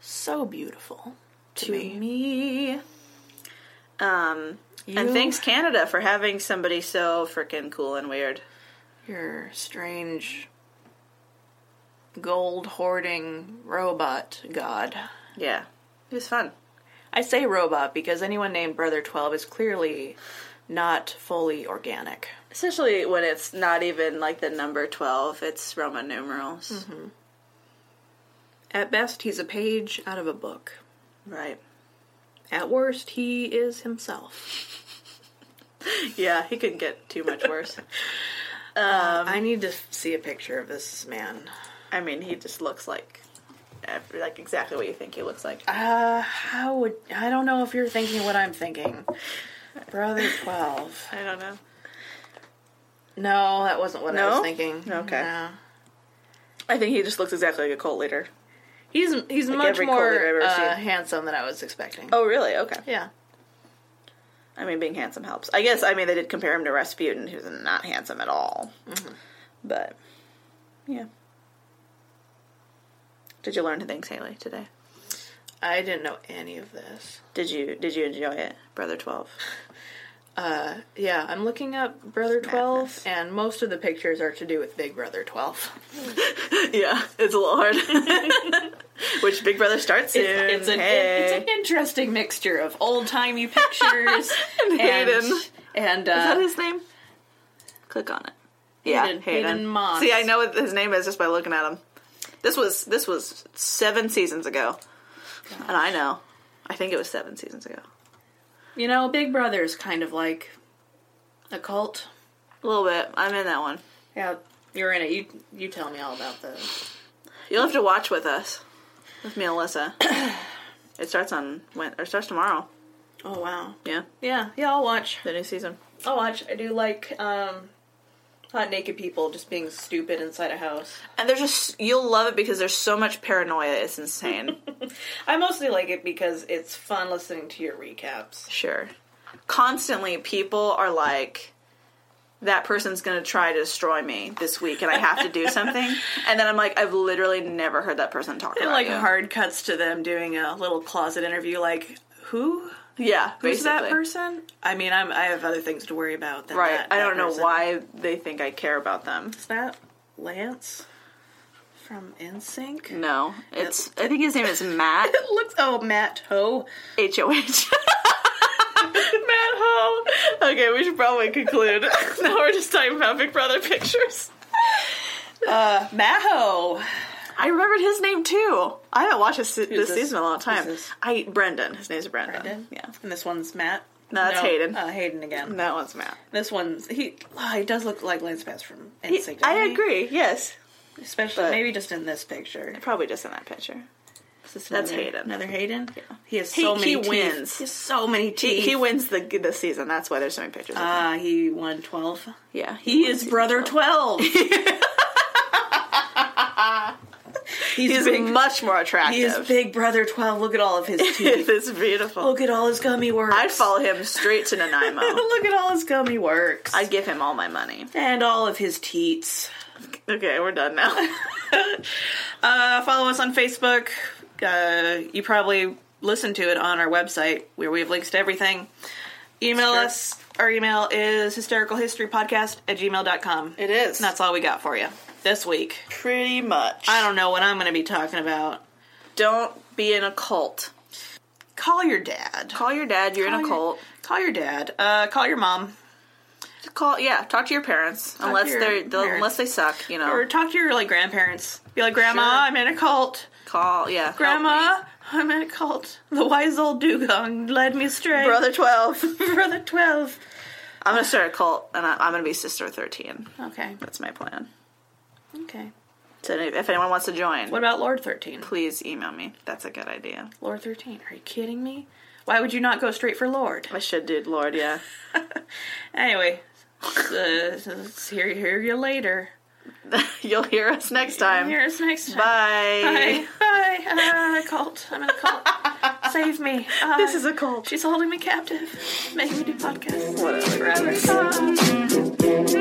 Speaker 1: so beautiful to,
Speaker 2: to
Speaker 1: me.
Speaker 2: me. Um, and
Speaker 1: You-
Speaker 2: thanks Canada for having somebody so freaking cool and weird.
Speaker 1: Your strange gold hoarding robot god.
Speaker 2: Yeah, it was fun.
Speaker 1: I say robot because anyone named Brother Twelve is clearly not fully organic.
Speaker 2: Especially when it's not even like the number twelve; it's Roman numerals,
Speaker 1: At best, he's a page out of a book.
Speaker 2: right?
Speaker 1: At worst, he is himself.
Speaker 2: Yeah, he couldn't get too much worse.
Speaker 1: I need to see a picture of this man.
Speaker 2: I mean, he just looks like ev- like exactly what you think he looks like.
Speaker 1: Uh, how would I don't know if you're thinking what I'm thinking. Brother 12.
Speaker 2: I don't know.
Speaker 1: No, that wasn't what I was
Speaker 2: No?
Speaker 1: thinking.
Speaker 2: Okay.
Speaker 1: No.
Speaker 2: I think he just looks exactly like a cult leader.
Speaker 1: He's he's much
Speaker 2: every cult I've
Speaker 1: more
Speaker 2: ever
Speaker 1: uh,
Speaker 2: seen.
Speaker 1: handsome than I was expecting.
Speaker 2: Oh, really? Okay.
Speaker 1: yeah.
Speaker 2: I mean, being handsome helps. I guess, I mean, they did compare him to Rasputin, who's not handsome at all. But, yeah. Did you learn things, Haley, today?
Speaker 1: I didn't know any of this.
Speaker 2: Did you Did you enjoy it, Brother Twelve?
Speaker 1: Yeah, I'm looking up Brother 12
Speaker 2: madness.
Speaker 1: and most of the pictures are to do with Big Brother 12.
Speaker 2: yeah, it's a little hard. Which Big Brother starts soon.
Speaker 1: It's, it's, an, it's an interesting mixture of old-timey pictures
Speaker 2: And Hayden.
Speaker 1: and uh,
Speaker 2: Is that his name? Click on it. Yeah,
Speaker 1: Hayden- Hayden Moss.
Speaker 2: See, I know what his name is just by looking at him. This was this was seven seasons ago, and I know. I think it was seven seasons ago.
Speaker 1: You know, Big Brother is kind of like a cult.
Speaker 2: A little bit. I'm in that one.
Speaker 1: Yeah, you're in it. You you tell me all about those.
Speaker 2: You'll have to watch with us, with me and Alyssa. it starts on when or starts tomorrow.
Speaker 1: Oh wow.
Speaker 2: Yeah,
Speaker 1: Yeah, yeah. I'll watch.
Speaker 2: the new season.
Speaker 1: I'll watch. I do like um, hot naked people just being stupid inside a house.
Speaker 2: And there's just you'll love it because there's so much paranoia. It's insane.
Speaker 1: I mostly like it because it's fun listening to your recaps.
Speaker 2: Sure. Constantly, people are like, that person's going to try to destroy me this week and I have to do something. And then I'm like, I've literally never heard that person talk about
Speaker 1: like
Speaker 2: you.
Speaker 1: hard cuts to them doing a little closet interview. Like who?
Speaker 2: Yeah,
Speaker 1: Who's that
Speaker 2: basically.
Speaker 1: person? I mean, I'm I have other things to worry about. Than
Speaker 2: Right.
Speaker 1: that-
Speaker 2: I
Speaker 1: that
Speaker 2: don't know
Speaker 1: person.
Speaker 2: why they think I care about them.
Speaker 1: Is that Lance from NSYNC?
Speaker 2: No, it's. I think his name is Matt
Speaker 1: It looks. Oh, Matt Ho.
Speaker 2: H O H.
Speaker 1: Matt Ho.
Speaker 2: Okay, we should probably conclude. now we're just talking about Big Brother pictures.
Speaker 1: Uh, Matt Ho.
Speaker 2: I remembered his name too. I haven't watched this, this
Speaker 1: this?
Speaker 2: season in a long time.
Speaker 1: Who's this?
Speaker 2: I Brendan. His name's Brendan. Yeah,
Speaker 1: Yeah. And this one's Matt.
Speaker 2: No, that's Hayden.
Speaker 1: Uh, Hayden again.
Speaker 2: that one's Matt.
Speaker 1: This one's he. Oh, he does look like Lance Bass from
Speaker 2: He-
Speaker 1: NSYNC.
Speaker 2: I
Speaker 1: doesn't he?
Speaker 2: agree. Yes,
Speaker 1: Especially
Speaker 2: but-
Speaker 1: maybe just in this picture.
Speaker 2: probably just in that picture.
Speaker 1: Is this
Speaker 2: That's
Speaker 1: another-
Speaker 2: Hayden.
Speaker 1: Another Hayden. He has
Speaker 2: He-
Speaker 1: so many.
Speaker 2: he
Speaker 1: teeth.
Speaker 2: wins.
Speaker 1: He has so many
Speaker 2: He,
Speaker 1: teeth.
Speaker 2: he wins the the season. That's why there's so many pictures. of him.
Speaker 1: Ah, he won twelve.
Speaker 2: yeah,
Speaker 1: He is brother twelve. he's,
Speaker 2: He's
Speaker 1: big.
Speaker 2: much more attractive.
Speaker 1: He is big Oh, brother twelve. Look at all of his teeth.
Speaker 2: it's beautiful.
Speaker 1: Look at all his gummy works.
Speaker 2: I'd follow him straight to Nanaimo.
Speaker 1: Look at all his gummy works.
Speaker 2: I'd give him all my money.
Speaker 1: and all of his teats.
Speaker 2: Okay, we're done now.
Speaker 1: Uh, follow us on Facebook. Uh, you probably listen to it on our website where we have links to everything. Email
Speaker 2: Sure.
Speaker 1: us. Our email is hystericalhistorypodcast at gmail.com.
Speaker 2: It is.
Speaker 1: And that's all we got for you this week.
Speaker 2: pretty much.
Speaker 1: I don't know what I'm going to be talking about.
Speaker 2: don't be in a cult.
Speaker 1: Call your dad.
Speaker 2: Call your dad. You're in a
Speaker 1: Call your-
Speaker 2: cult.
Speaker 1: Call your dad. Uh, call your mom.
Speaker 2: Just Call yeah. Talk to your parents unless
Speaker 1: your
Speaker 2: they're they'll-
Speaker 1: parents.
Speaker 2: unless they suck. You know.
Speaker 1: Or talk to your like grandparents. Be like, Grandma,
Speaker 2: Sure.
Speaker 1: I'm in a cult.
Speaker 2: call yeah. help me.
Speaker 1: Grandma, I'm in a cult. The wise old dugong led me astray.
Speaker 2: Brother twelve.
Speaker 1: brother 12.
Speaker 2: I'm gonna start a cult and I, I'm gonna be sister thirteen.
Speaker 1: Okay.
Speaker 2: That's my plan.
Speaker 1: Okay.
Speaker 2: So any- if anyone wants to join,
Speaker 1: What about Lord 13?
Speaker 2: please email me. That's a good idea.
Speaker 1: Lord 13. Are you kidding me? Why would you not go straight for Lord?
Speaker 2: I should, dude. Lord, yeah.
Speaker 1: Anyway, uh, hear, hear you later.
Speaker 2: You'll hear us next time.
Speaker 1: Hear us next time.
Speaker 2: Bye.
Speaker 1: Bye. Bye. I'm in a cult. I'm in a cult. Save me. Uh,
Speaker 2: This is a cult.
Speaker 1: She's holding me captive. Make me do podcasts.
Speaker 2: Whatever.
Speaker 1: Forever. Bye.